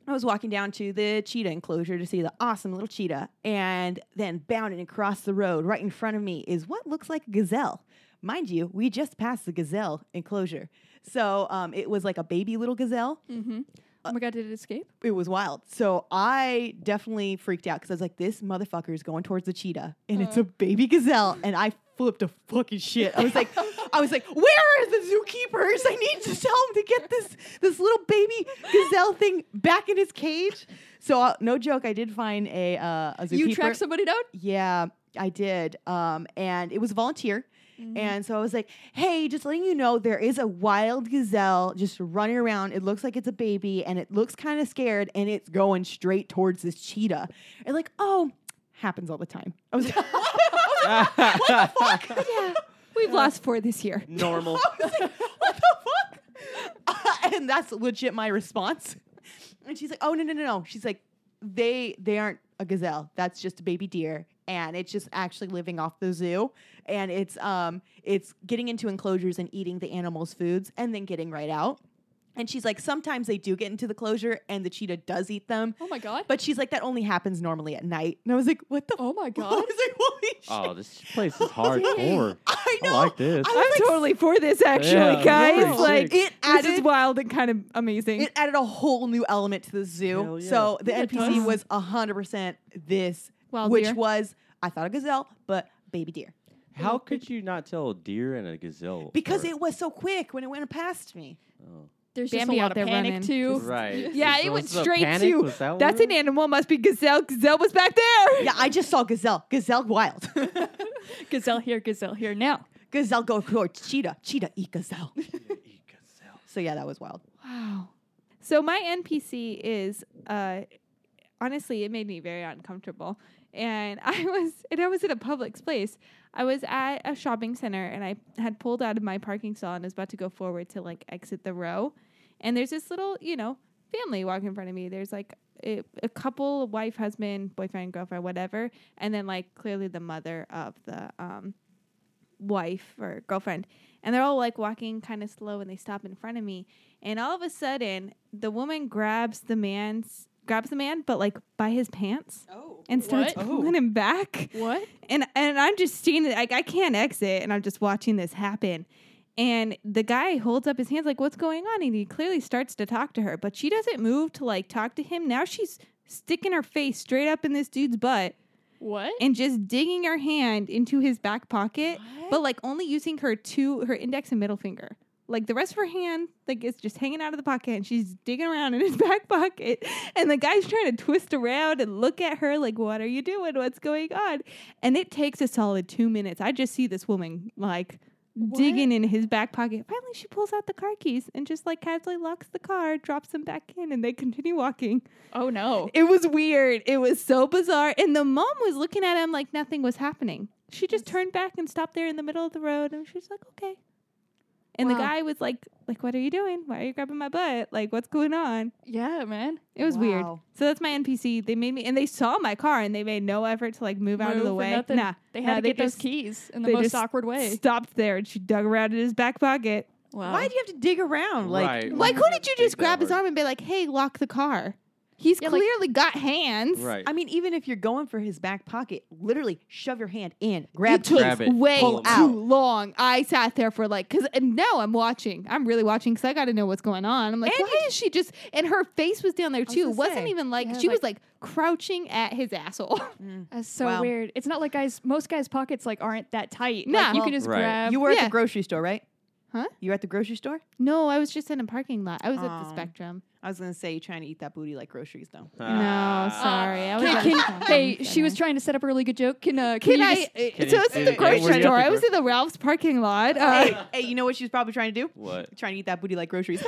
Speaker 4: I was walking down to the cheetah enclosure to see the awesome little cheetah, and then bounding across the road right in front of me is what looks like a gazelle. Mind you, we just passed the gazelle enclosure. So um, it was like a baby little gazelle
Speaker 1: mm-hmm. Oh my God, did it escape?
Speaker 4: it was wild. So I definitely freaked out because I was like, this motherfucker is going towards the cheetah and it's a baby gazelle. And I flipped a fucking shit. I was like, I was like, where are the zookeepers? I need to tell him to get this this little baby gazelle thing back in his cage. So uh, no joke, I did find a uh, a zookeeper.
Speaker 1: You track somebody down?
Speaker 4: Yeah, I did. Um, and it was a volunteer. And so I was like, hey, just letting you know, there is a wild gazelle just running around. It looks like it's a baby and it looks kind of scared and it's going straight towards this cheetah. And like, oh, happens all the time. I was like,
Speaker 3: yeah. We've lost four this year.
Speaker 2: Normal.
Speaker 4: what the fuck? Uh, and that's legit my response. And she's like, oh no no no no. She's like, they they aren't a gazelle. That's just a baby deer, and it's just actually living off the zoo, and it's um it's getting into enclosures and eating the animals' foods, and then getting right out. And she's like, sometimes they do get into the closure, and the cheetah does eat them.
Speaker 1: Oh my God.
Speaker 4: But she's like, that only happens normally at night. And I was like, what the?
Speaker 1: Oh my
Speaker 4: I
Speaker 1: God.
Speaker 4: was like, holy shit.
Speaker 2: oh, this place is hardcore.
Speaker 4: I
Speaker 2: I
Speaker 4: know.
Speaker 2: like this.
Speaker 4: I
Speaker 3: I'm
Speaker 4: was like,
Speaker 3: totally for this, actually,
Speaker 2: Yeah,
Speaker 3: guys.
Speaker 2: no,
Speaker 3: Like,
Speaker 2: sick.
Speaker 4: it
Speaker 3: this is
Speaker 4: added
Speaker 3: wild and kind of amazing.
Speaker 4: it added a whole new element to the zoo.
Speaker 2: Hell yeah.
Speaker 4: So the
Speaker 1: Yeah, it
Speaker 4: NPC
Speaker 1: does.
Speaker 4: was hundred percent this,
Speaker 3: Wild
Speaker 4: which
Speaker 3: deer.
Speaker 4: was I thought a gazelle, but baby deer
Speaker 2: How could you not tell a deer and a gazelle?
Speaker 4: because
Speaker 2: apart?
Speaker 4: it was so quick when it went past me.
Speaker 2: Oh.
Speaker 1: There's
Speaker 3: Bambi
Speaker 1: just a
Speaker 3: out
Speaker 1: lot
Speaker 3: there
Speaker 1: of panic
Speaker 3: running.
Speaker 1: too.
Speaker 2: Right.
Speaker 3: yeah,
Speaker 2: So
Speaker 3: it went
Speaker 2: was the
Speaker 3: straight
Speaker 2: panic,
Speaker 3: to.
Speaker 2: was that
Speaker 3: That's
Speaker 2: what
Speaker 3: an
Speaker 2: it
Speaker 3: animal. Must be gazelle. Gazelle was back there.
Speaker 4: Yeah, I just saw gazelle, gazelle wild,
Speaker 1: Gazelle here, gazelle here now.
Speaker 4: gazelle go towards cheetah, cheetah eat gazelle.
Speaker 2: was? Eat gazelle.
Speaker 4: So yeah, that was wild.
Speaker 3: Wow. So my NPC is uh, honestly, it made me very uncomfortable. And I was, and I was in a public place. I was at a shopping center, and I had pulled out of my parking stall and was about to go forward to like exit the row. And there's this little, you know, family walking in front of me. There's like a, a couple, wife, husband, boyfriend, girlfriend, whatever, and then like clearly the mother of the um, wife or girlfriend. And they're all like walking kind of slow, and they stop in front of me. And all of a sudden, the woman grabs the man's grabs the man, but like by his pants
Speaker 4: Oh.
Speaker 3: and starts
Speaker 1: What?
Speaker 3: pulling him back
Speaker 1: What?
Speaker 3: and and I'm just seeing it. Like I can't exit, and I'm just watching this happen. And the guy holds up his hands, like, "What's going on?" And he clearly starts to talk to her, but she doesn't move to like talk to him. Now she's sticking her face straight up in this dude's butt
Speaker 1: What?
Speaker 3: and just digging her hand into his back pocket, but like only using her two, her index and middle finger. Like the rest of her hand, like is just hanging out of the pocket, and she's digging around in his back pocket. And the guy's trying to twist around and look at her, like, "What are you doing? What's going on?" And it takes a solid two minutes. I just see this woman like digging in his back pocket. Finally, she pulls out the car keys and just like casually locks the car, drops them back in, and they continue walking.
Speaker 1: oh no.
Speaker 3: It was weird. It was so bizarre. And the mom was looking at him like nothing was happening. She just turned back and stopped there in the middle of the road and she was like, okay. And the
Speaker 1: Wow.
Speaker 3: guy was like, like, what are you doing? Why are you grabbing my butt? Like, what's going on?
Speaker 1: Yeah, man.
Speaker 3: It was weird.
Speaker 4: Wow.
Speaker 3: So that's my NPC. They made me, and they saw my car and they made no effort to like move, out of
Speaker 1: Move
Speaker 3: the
Speaker 1: or
Speaker 3: way.
Speaker 1: nothing.
Speaker 3: Nah,
Speaker 1: They had
Speaker 3: nah,
Speaker 1: to get those
Speaker 3: just
Speaker 1: keys in the
Speaker 3: they
Speaker 1: most
Speaker 3: just
Speaker 1: awkward way.
Speaker 3: Stopped there and she dug around in his back pocket.
Speaker 1: wow.
Speaker 4: Why do you have to dig around? Like,
Speaker 2: Right.
Speaker 3: Why couldn't you
Speaker 2: Dig
Speaker 3: just
Speaker 2: that
Speaker 3: grab his
Speaker 2: hard.
Speaker 3: arm and be like, hey, lock the car? He's
Speaker 1: Yeah, like-
Speaker 3: clearly got hands.
Speaker 2: Right.
Speaker 4: I mean, even if you're going for his back pocket, literally shove your hand in, grab
Speaker 3: it took
Speaker 2: Grab it.
Speaker 3: way
Speaker 2: Pull it
Speaker 3: too
Speaker 2: out.
Speaker 3: long. I sat there for like, cause and now I'm watching. I'm really watching because I got to know what's going on. I'm like,
Speaker 4: And
Speaker 3: why is she just? And her face was down there
Speaker 4: was
Speaker 3: too.
Speaker 4: gonna
Speaker 3: wasn't
Speaker 4: say,
Speaker 3: even like
Speaker 1: yeah,
Speaker 3: she was like crouching at his asshole.
Speaker 1: That's so
Speaker 4: Wow.
Speaker 1: weird. It's not like guys. Most guys' pockets like aren't that tight. Like,
Speaker 3: Nah.
Speaker 1: you can just
Speaker 2: Right.
Speaker 1: grab.
Speaker 4: You were at
Speaker 3: Yeah.
Speaker 4: the grocery store, right?
Speaker 3: Huh?
Speaker 4: You were at the grocery store?
Speaker 3: no, I was just in a parking lot. I was at the
Speaker 4: Oh.
Speaker 3: Spectrum.
Speaker 4: I was gonna say you're trying to eat that booty like groceries, though.
Speaker 3: no,
Speaker 2: Ah.
Speaker 3: sorry, I was.
Speaker 1: Can,
Speaker 3: at
Speaker 1: can-
Speaker 3: the Spectrum
Speaker 1: hey,
Speaker 3: Center.
Speaker 1: she was trying to set up a really good joke. Can uh, can,
Speaker 3: Can
Speaker 1: you
Speaker 3: I?
Speaker 1: just-
Speaker 2: Can
Speaker 3: so
Speaker 2: you
Speaker 3: it's
Speaker 2: say
Speaker 3: in
Speaker 2: that
Speaker 3: the
Speaker 2: again? Were you
Speaker 3: grocery
Speaker 2: at
Speaker 3: store.
Speaker 2: the
Speaker 3: I was
Speaker 2: gro-
Speaker 3: in the Ralph's parking lot. Uh,
Speaker 4: hey, hey, you know what she was probably trying to do?
Speaker 2: What?
Speaker 4: Trying to eat that booty like groceries.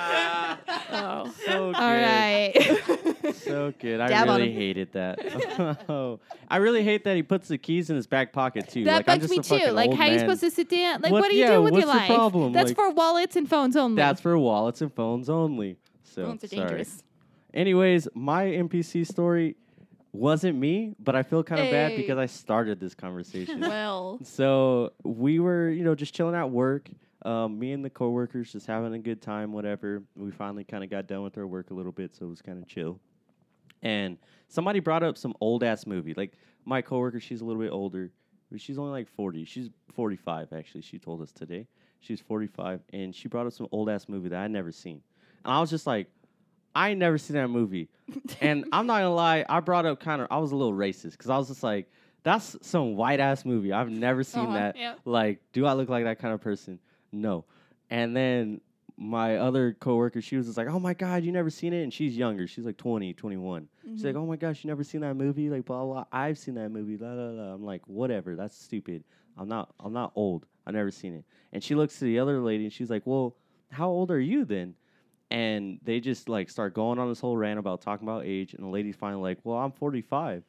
Speaker 1: oh.
Speaker 2: so good.
Speaker 3: all right.
Speaker 2: So good. I
Speaker 4: Dab on
Speaker 2: really
Speaker 4: him.
Speaker 2: hated that. oh, I really hate that he puts the keys in his back pocket too.
Speaker 3: That
Speaker 2: like, I'm just
Speaker 3: bugs me
Speaker 2: a
Speaker 3: too.
Speaker 2: fucking
Speaker 3: Like,
Speaker 2: old
Speaker 3: how are you
Speaker 2: man.
Speaker 3: supposed to sit down? Like, what,
Speaker 2: What-
Speaker 3: do you
Speaker 2: yeah,
Speaker 3: do with your
Speaker 2: what's the
Speaker 3: life?
Speaker 2: problem?
Speaker 3: That's
Speaker 2: Like-
Speaker 3: for wallets and phones only.
Speaker 2: That's for wallets and phones only. So
Speaker 1: Phones are
Speaker 2: sorry.
Speaker 1: dangerous.
Speaker 2: Anyways, my NPC story wasn't me, but I feel kind of bad
Speaker 1: Hey.
Speaker 2: because I started this conversation.
Speaker 1: Well,
Speaker 2: So we were, you know, just chilling at work. Um, me and the coworkers just having a good time, whatever. We finally kind of got done with our work a little bit, so it was kind of chill. And somebody brought up some old ass movie. Like my coworker, she's a little bit older. but She's only like forty. She's forty five actually. She told us today she's forty five, and she brought up some old ass movie that I would never seen. And I was just like, I ain't never seen that movie. and I'm not gonna lie, I brought up kind of I was a little racist because I was just like, that's some white ass movie. I've never seen
Speaker 1: Uh-huh,
Speaker 2: that.
Speaker 1: yeah.
Speaker 2: Like, do I look like that kind of person? No. And then my other coworker, she was just like, oh my God, you never seen it? And she's younger. She's like 20, 21. She's like, oh my gosh, you never seen that movie? Like, blah, blah. I've seen that movie. La, la, la. I'm like, whatever. That's stupid. I'm not, I'm not old. I've never seen it. And she looks to the other lady and she's like, well, how old are you then? and they just like start going on this whole rant about talking about age and the lady's finally like well i'm 45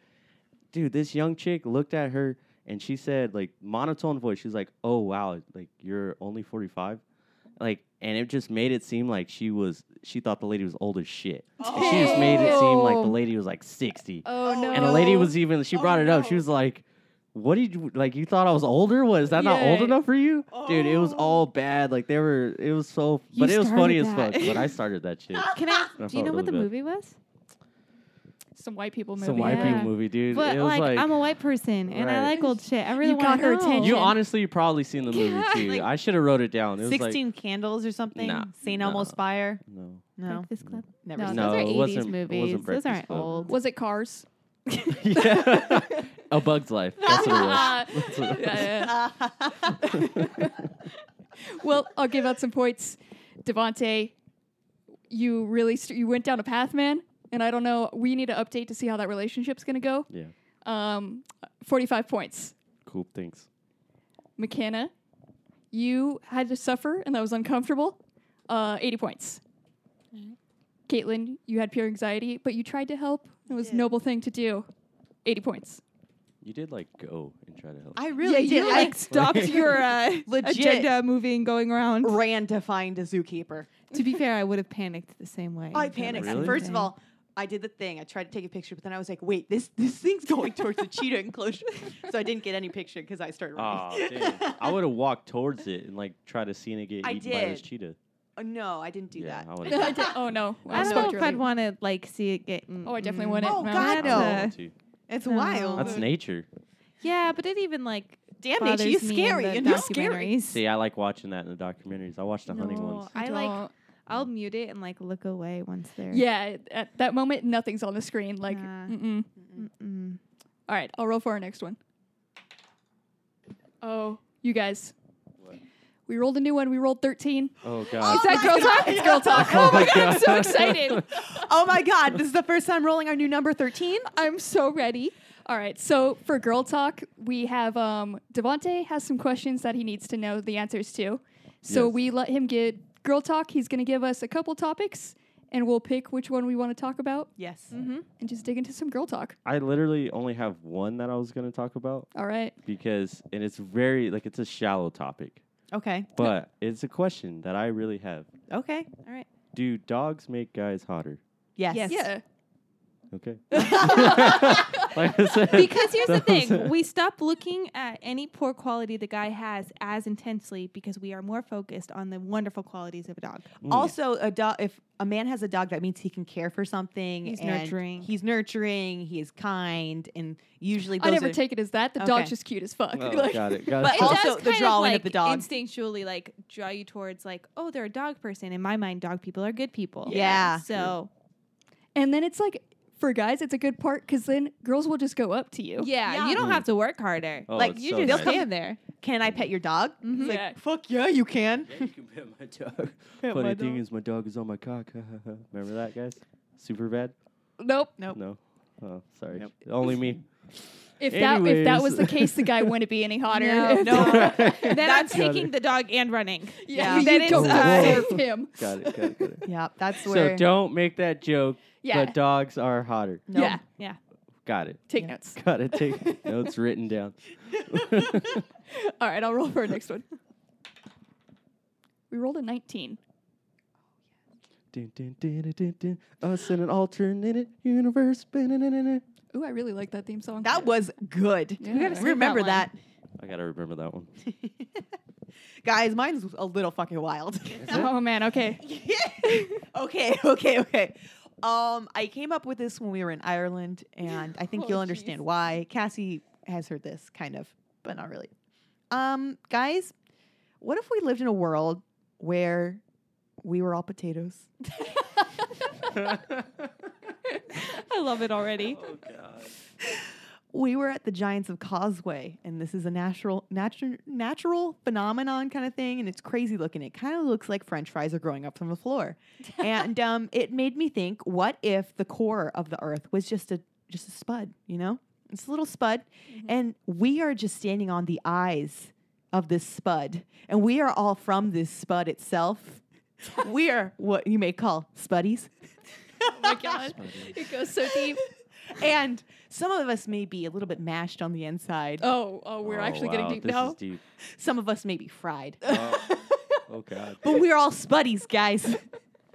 Speaker 2: dude this young chick looked at her and she said like monotone voice she's like oh wow like you're only 45 like and it just made it seem like she was she thought the lady was old as shit And she just made it seem like the
Speaker 3: Oh.
Speaker 2: lady was like 60
Speaker 1: oh no.
Speaker 2: and the lady was even she
Speaker 4: Oh,
Speaker 2: brought it up she
Speaker 4: no.
Speaker 2: was like what did you like you thought i was older was that not old
Speaker 1: Yay.
Speaker 2: enough for you dude it was
Speaker 4: Oh.
Speaker 2: all bad like they were it was so
Speaker 3: You
Speaker 2: but it was funny
Speaker 3: started
Speaker 2: as
Speaker 3: that.
Speaker 2: fuck but i started that shit
Speaker 3: Can I?
Speaker 2: I
Speaker 3: Do you
Speaker 2: felt
Speaker 3: know what
Speaker 2: really
Speaker 3: the
Speaker 2: bad.
Speaker 3: movie was?
Speaker 1: some white people movie.
Speaker 2: some white
Speaker 3: Yeah.
Speaker 2: people movie, dude.
Speaker 3: But
Speaker 2: it was
Speaker 3: like,
Speaker 2: like,
Speaker 3: I'm a white person and I
Speaker 2: Right.
Speaker 3: like old shit. I really
Speaker 1: You
Speaker 3: want
Speaker 1: caught
Speaker 3: to
Speaker 1: her
Speaker 3: know.
Speaker 1: attention.
Speaker 2: you honestly probably seen the movie
Speaker 3: Yeah,
Speaker 2: too.
Speaker 4: like-
Speaker 2: I should have wrote it down. It was
Speaker 4: Sixteen candles or something.
Speaker 2: Nah,
Speaker 4: St.
Speaker 2: no.
Speaker 4: Elmo's fire.
Speaker 2: like,
Speaker 4: No,
Speaker 3: Breakfast Club.
Speaker 4: never.
Speaker 3: No,
Speaker 4: seen
Speaker 2: No,
Speaker 3: those are
Speaker 2: it
Speaker 3: 80s
Speaker 2: wasn't- it wasn't
Speaker 3: movies. those
Speaker 2: Breakfast
Speaker 3: aren't
Speaker 2: Club.
Speaker 3: old.
Speaker 1: Was it Cars?
Speaker 2: no, yeah, A Bug's Life. That's what it was. That's what it was.
Speaker 1: Yeah.
Speaker 4: it.
Speaker 1: well, I'll give out some points. Devonte, you really st- you went down a path, man. And I don't know. We need an update to see how that relationship's gonna go.
Speaker 2: Yeah,
Speaker 1: Um, forty-five points.
Speaker 2: cool. Thanks.
Speaker 1: McKenna, you had to suffer, and that was uncomfortable. Uh, eighty points. Caitlin, you had pure anxiety, but you tried to help. It was a
Speaker 4: did.
Speaker 1: noble thing to do. 80 points.
Speaker 2: You did like go and try to help.
Speaker 4: I really
Speaker 3: yeah,
Speaker 4: did.
Speaker 3: you
Speaker 4: I
Speaker 3: like stopped your uh,
Speaker 4: Legit.
Speaker 3: agenda moving going around.
Speaker 4: ran to find a zookeeper.
Speaker 3: to be fair, I would have panicked the same way.
Speaker 4: I panicked.
Speaker 2: Really?
Speaker 4: First of all, I did the thing. I tried to take a picture, but then I was like, wait, this this thing's going towards the cheetah enclosure. So I didn't get any picture because I started
Speaker 2: Aw,
Speaker 4: running.
Speaker 2: damn. I would have walked towards it and like tried to see it get
Speaker 4: I
Speaker 2: eaten by this
Speaker 4: did.
Speaker 2: cheetah.
Speaker 4: Oh, no, I didn't do
Speaker 2: yeah,
Speaker 4: that.
Speaker 2: I would
Speaker 1: I
Speaker 2: have.
Speaker 1: did- oh no.
Speaker 3: I don't
Speaker 4: spoke
Speaker 3: know
Speaker 4: to
Speaker 3: if I'd want to like see it get.
Speaker 1: Oh, I definitely
Speaker 3: mm,
Speaker 1: wouldn't.
Speaker 4: Oh,
Speaker 1: no.
Speaker 4: God,
Speaker 3: no.
Speaker 4: It's
Speaker 3: No.
Speaker 4: wild.
Speaker 2: That's nature.
Speaker 3: Yeah, but it even like
Speaker 4: Damn nature,
Speaker 3: bothers
Speaker 4: she's
Speaker 3: me in
Speaker 4: scary.
Speaker 3: the
Speaker 4: You know, scary.
Speaker 3: documentaries.
Speaker 2: See, I like watching that in the documentaries. I watched the hunting
Speaker 3: No,
Speaker 2: ones.
Speaker 3: I like. I'll mute it and like look away once they're.
Speaker 1: Yeah, at that moment, nothing's on the screen. Like,
Speaker 3: Nah.
Speaker 1: mm-mm.
Speaker 3: Mm-mm.
Speaker 1: all right, I'll roll for our next one. Oh, you guys.
Speaker 2: What?
Speaker 1: We rolled a new one. We rolled 13.
Speaker 2: Oh God.
Speaker 1: Is that girl talk? It's girl talk.
Speaker 2: Oh my
Speaker 1: I'm so
Speaker 2: God.
Speaker 1: excited.
Speaker 4: Oh my god, this is the first time rolling our new number 13.
Speaker 1: I'm so ready. All right, so for girl talk, we have um, Devonte has some questions that he needs to know the answers to. So
Speaker 2: Yes.
Speaker 1: we let him get girl talk. He's going to give us a couple topics, and we'll pick which one we want to talk about
Speaker 4: Yes.
Speaker 1: and just dig into some girl talk.
Speaker 2: I literally only have one that I was going to talk about
Speaker 1: All right.
Speaker 2: because, and it's very like it's a shallow topic,
Speaker 4: Okay.
Speaker 2: but it's a question that I really have.
Speaker 4: Okay.
Speaker 3: All right.
Speaker 2: Do dogs make guys hotter?
Speaker 4: Yes.
Speaker 3: Yes.
Speaker 1: Yeah.
Speaker 2: Okay. like I said,
Speaker 3: Because here's the
Speaker 2: that was
Speaker 3: thing:
Speaker 2: it.
Speaker 3: we stop looking at any poor quality the guy has as intensely because we are more focused on the wonderful qualities of a dog.
Speaker 2: Mm.
Speaker 4: Also, a dog. If a man has a dog, that means he can care for something.
Speaker 3: He's
Speaker 4: and
Speaker 3: nurturing.
Speaker 4: He's nurturing. He is kind, and usually those
Speaker 1: I never
Speaker 4: are-
Speaker 1: take it as that. The
Speaker 4: Okay.
Speaker 1: dog's just cute as fuck.
Speaker 2: Oh,
Speaker 1: Like-
Speaker 2: got it. Got it.
Speaker 4: But it also the drawing
Speaker 3: like,
Speaker 4: of the dog.
Speaker 3: instinctually like draw you towards like oh they're a dog person. In my mind, dog people are good people.
Speaker 4: Yeah.
Speaker 3: So
Speaker 1: And then it's like for guys, it's a good part because then girls will just go up to you.
Speaker 3: yeah,
Speaker 4: Yeah.
Speaker 3: you don't
Speaker 2: Mm.
Speaker 3: have to work harder.
Speaker 2: Oh,
Speaker 4: like,
Speaker 2: it's
Speaker 3: you
Speaker 2: so
Speaker 3: just
Speaker 2: nice.
Speaker 3: stand there.
Speaker 4: Can I pet your dog?
Speaker 3: Mhm.
Speaker 4: It's like,
Speaker 1: Yeah.
Speaker 4: fuck yeah, you can.
Speaker 2: Yeah, you can pet my dog.
Speaker 4: Pet
Speaker 2: Funny
Speaker 4: my
Speaker 2: thing
Speaker 4: dog.
Speaker 2: is, my dog is on my cock. Remember that, guys? Super bad.
Speaker 1: Nope.
Speaker 4: Nope.
Speaker 2: No. Oh, sorry.
Speaker 4: Nope.
Speaker 2: Only me.
Speaker 1: If that if that was the
Speaker 2: Anyways.
Speaker 1: case, the guy wouldn't be any hotter.
Speaker 3: No.
Speaker 1: If-
Speaker 4: No.
Speaker 3: Then
Speaker 4: That's-
Speaker 3: I'm taking the dog and running.
Speaker 1: yeah,
Speaker 4: Yeah.
Speaker 1: you
Speaker 3: Then it's,
Speaker 1: don't
Speaker 2: uh,
Speaker 1: deserve him.
Speaker 2: Got it. Got it. Got it.
Speaker 4: Yeah, that's
Speaker 2: so
Speaker 4: where.
Speaker 2: don't make that joke.
Speaker 1: Yeah.
Speaker 2: But dogs are hotter.
Speaker 4: no.
Speaker 1: Yeah.
Speaker 3: Yeah.
Speaker 2: Got it.
Speaker 1: Take
Speaker 4: Yeah.
Speaker 1: notes.
Speaker 2: Got it. Take notes written down.
Speaker 1: All right, I'll roll for our next one. We rolled a 19.
Speaker 2: Dun, dun, dun, dun, dun, dun. Us in an alternate universe. Ba-na-na-na-na.
Speaker 1: Ooh, I really like that theme song.
Speaker 4: That was good.
Speaker 1: Yeah. We gotta save
Speaker 4: remember
Speaker 3: that
Speaker 4: that,
Speaker 2: I gotta remember that one.
Speaker 4: guys. Mine's a little fucking wild.
Speaker 1: Oh man, okay.
Speaker 4: okay, okay, okay. Um, I came up with this when we were in Ireland, and I think
Speaker 1: Oh,
Speaker 4: you'll
Speaker 1: jeez.
Speaker 4: understand why. Cassie has heard this kind of, but not really. Um, guys, what if we lived in a world where we were all potatoes?
Speaker 3: I love it already.
Speaker 2: God.
Speaker 4: We were at the Giants of Causeway, and this is a natural, natural, natural phenomenon kind of thing, and it's crazy looking. It kind of looks like French fries are growing up from the floor, and um, it made me think: what if the core of the Earth was just a just a spud? You know, it's a little spud,
Speaker 1: Mm-hmm.
Speaker 4: and we are just standing on the eyes of this spud, and we are all from this spud itself. we are what you may call spuddies.
Speaker 1: Oh my god. It goes so deep.
Speaker 4: And some of us may be a little bit mashed on the inside.
Speaker 1: Oh, oh, we're actually
Speaker 2: wow,
Speaker 1: getting deep
Speaker 2: this
Speaker 1: now.
Speaker 2: Is deep.
Speaker 4: Some of us may be fried.
Speaker 2: Oh, oh God.
Speaker 4: But we're all spuddies, guys.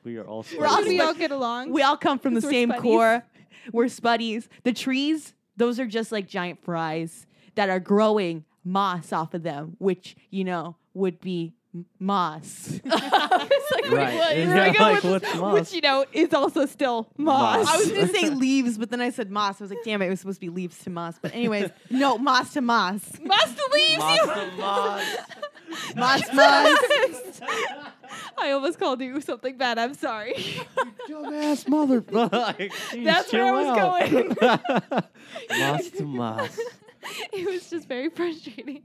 Speaker 2: We are all.
Speaker 4: We're all
Speaker 3: Did we
Speaker 2: spiders.
Speaker 3: all get along?
Speaker 4: We all come from the
Speaker 1: We're
Speaker 4: same
Speaker 1: spuddies.
Speaker 4: core. We're spuddies. The trees, those are just like giant fries that are growing moss off of them, which, you know, would be m- moss.
Speaker 1: it's like,
Speaker 2: Right.
Speaker 1: what?
Speaker 2: Yeah,
Speaker 1: Where I go with
Speaker 2: like,
Speaker 1: this?
Speaker 2: what's moss?
Speaker 4: Which, you know, is also still
Speaker 2: Moss.
Speaker 4: moss. I was going to say leaves, but then I said moss. I was like, damn it, it was supposed to be leaves to moss. But, anyways, no, moss to moss.
Speaker 3: must leave.
Speaker 4: Moss, moss.
Speaker 3: I almost called you something bad. I'm sorry.
Speaker 2: Dumbass mother. like, geez,
Speaker 3: That's where I
Speaker 2: chill out. moss to moss.
Speaker 3: it was just very frustrating.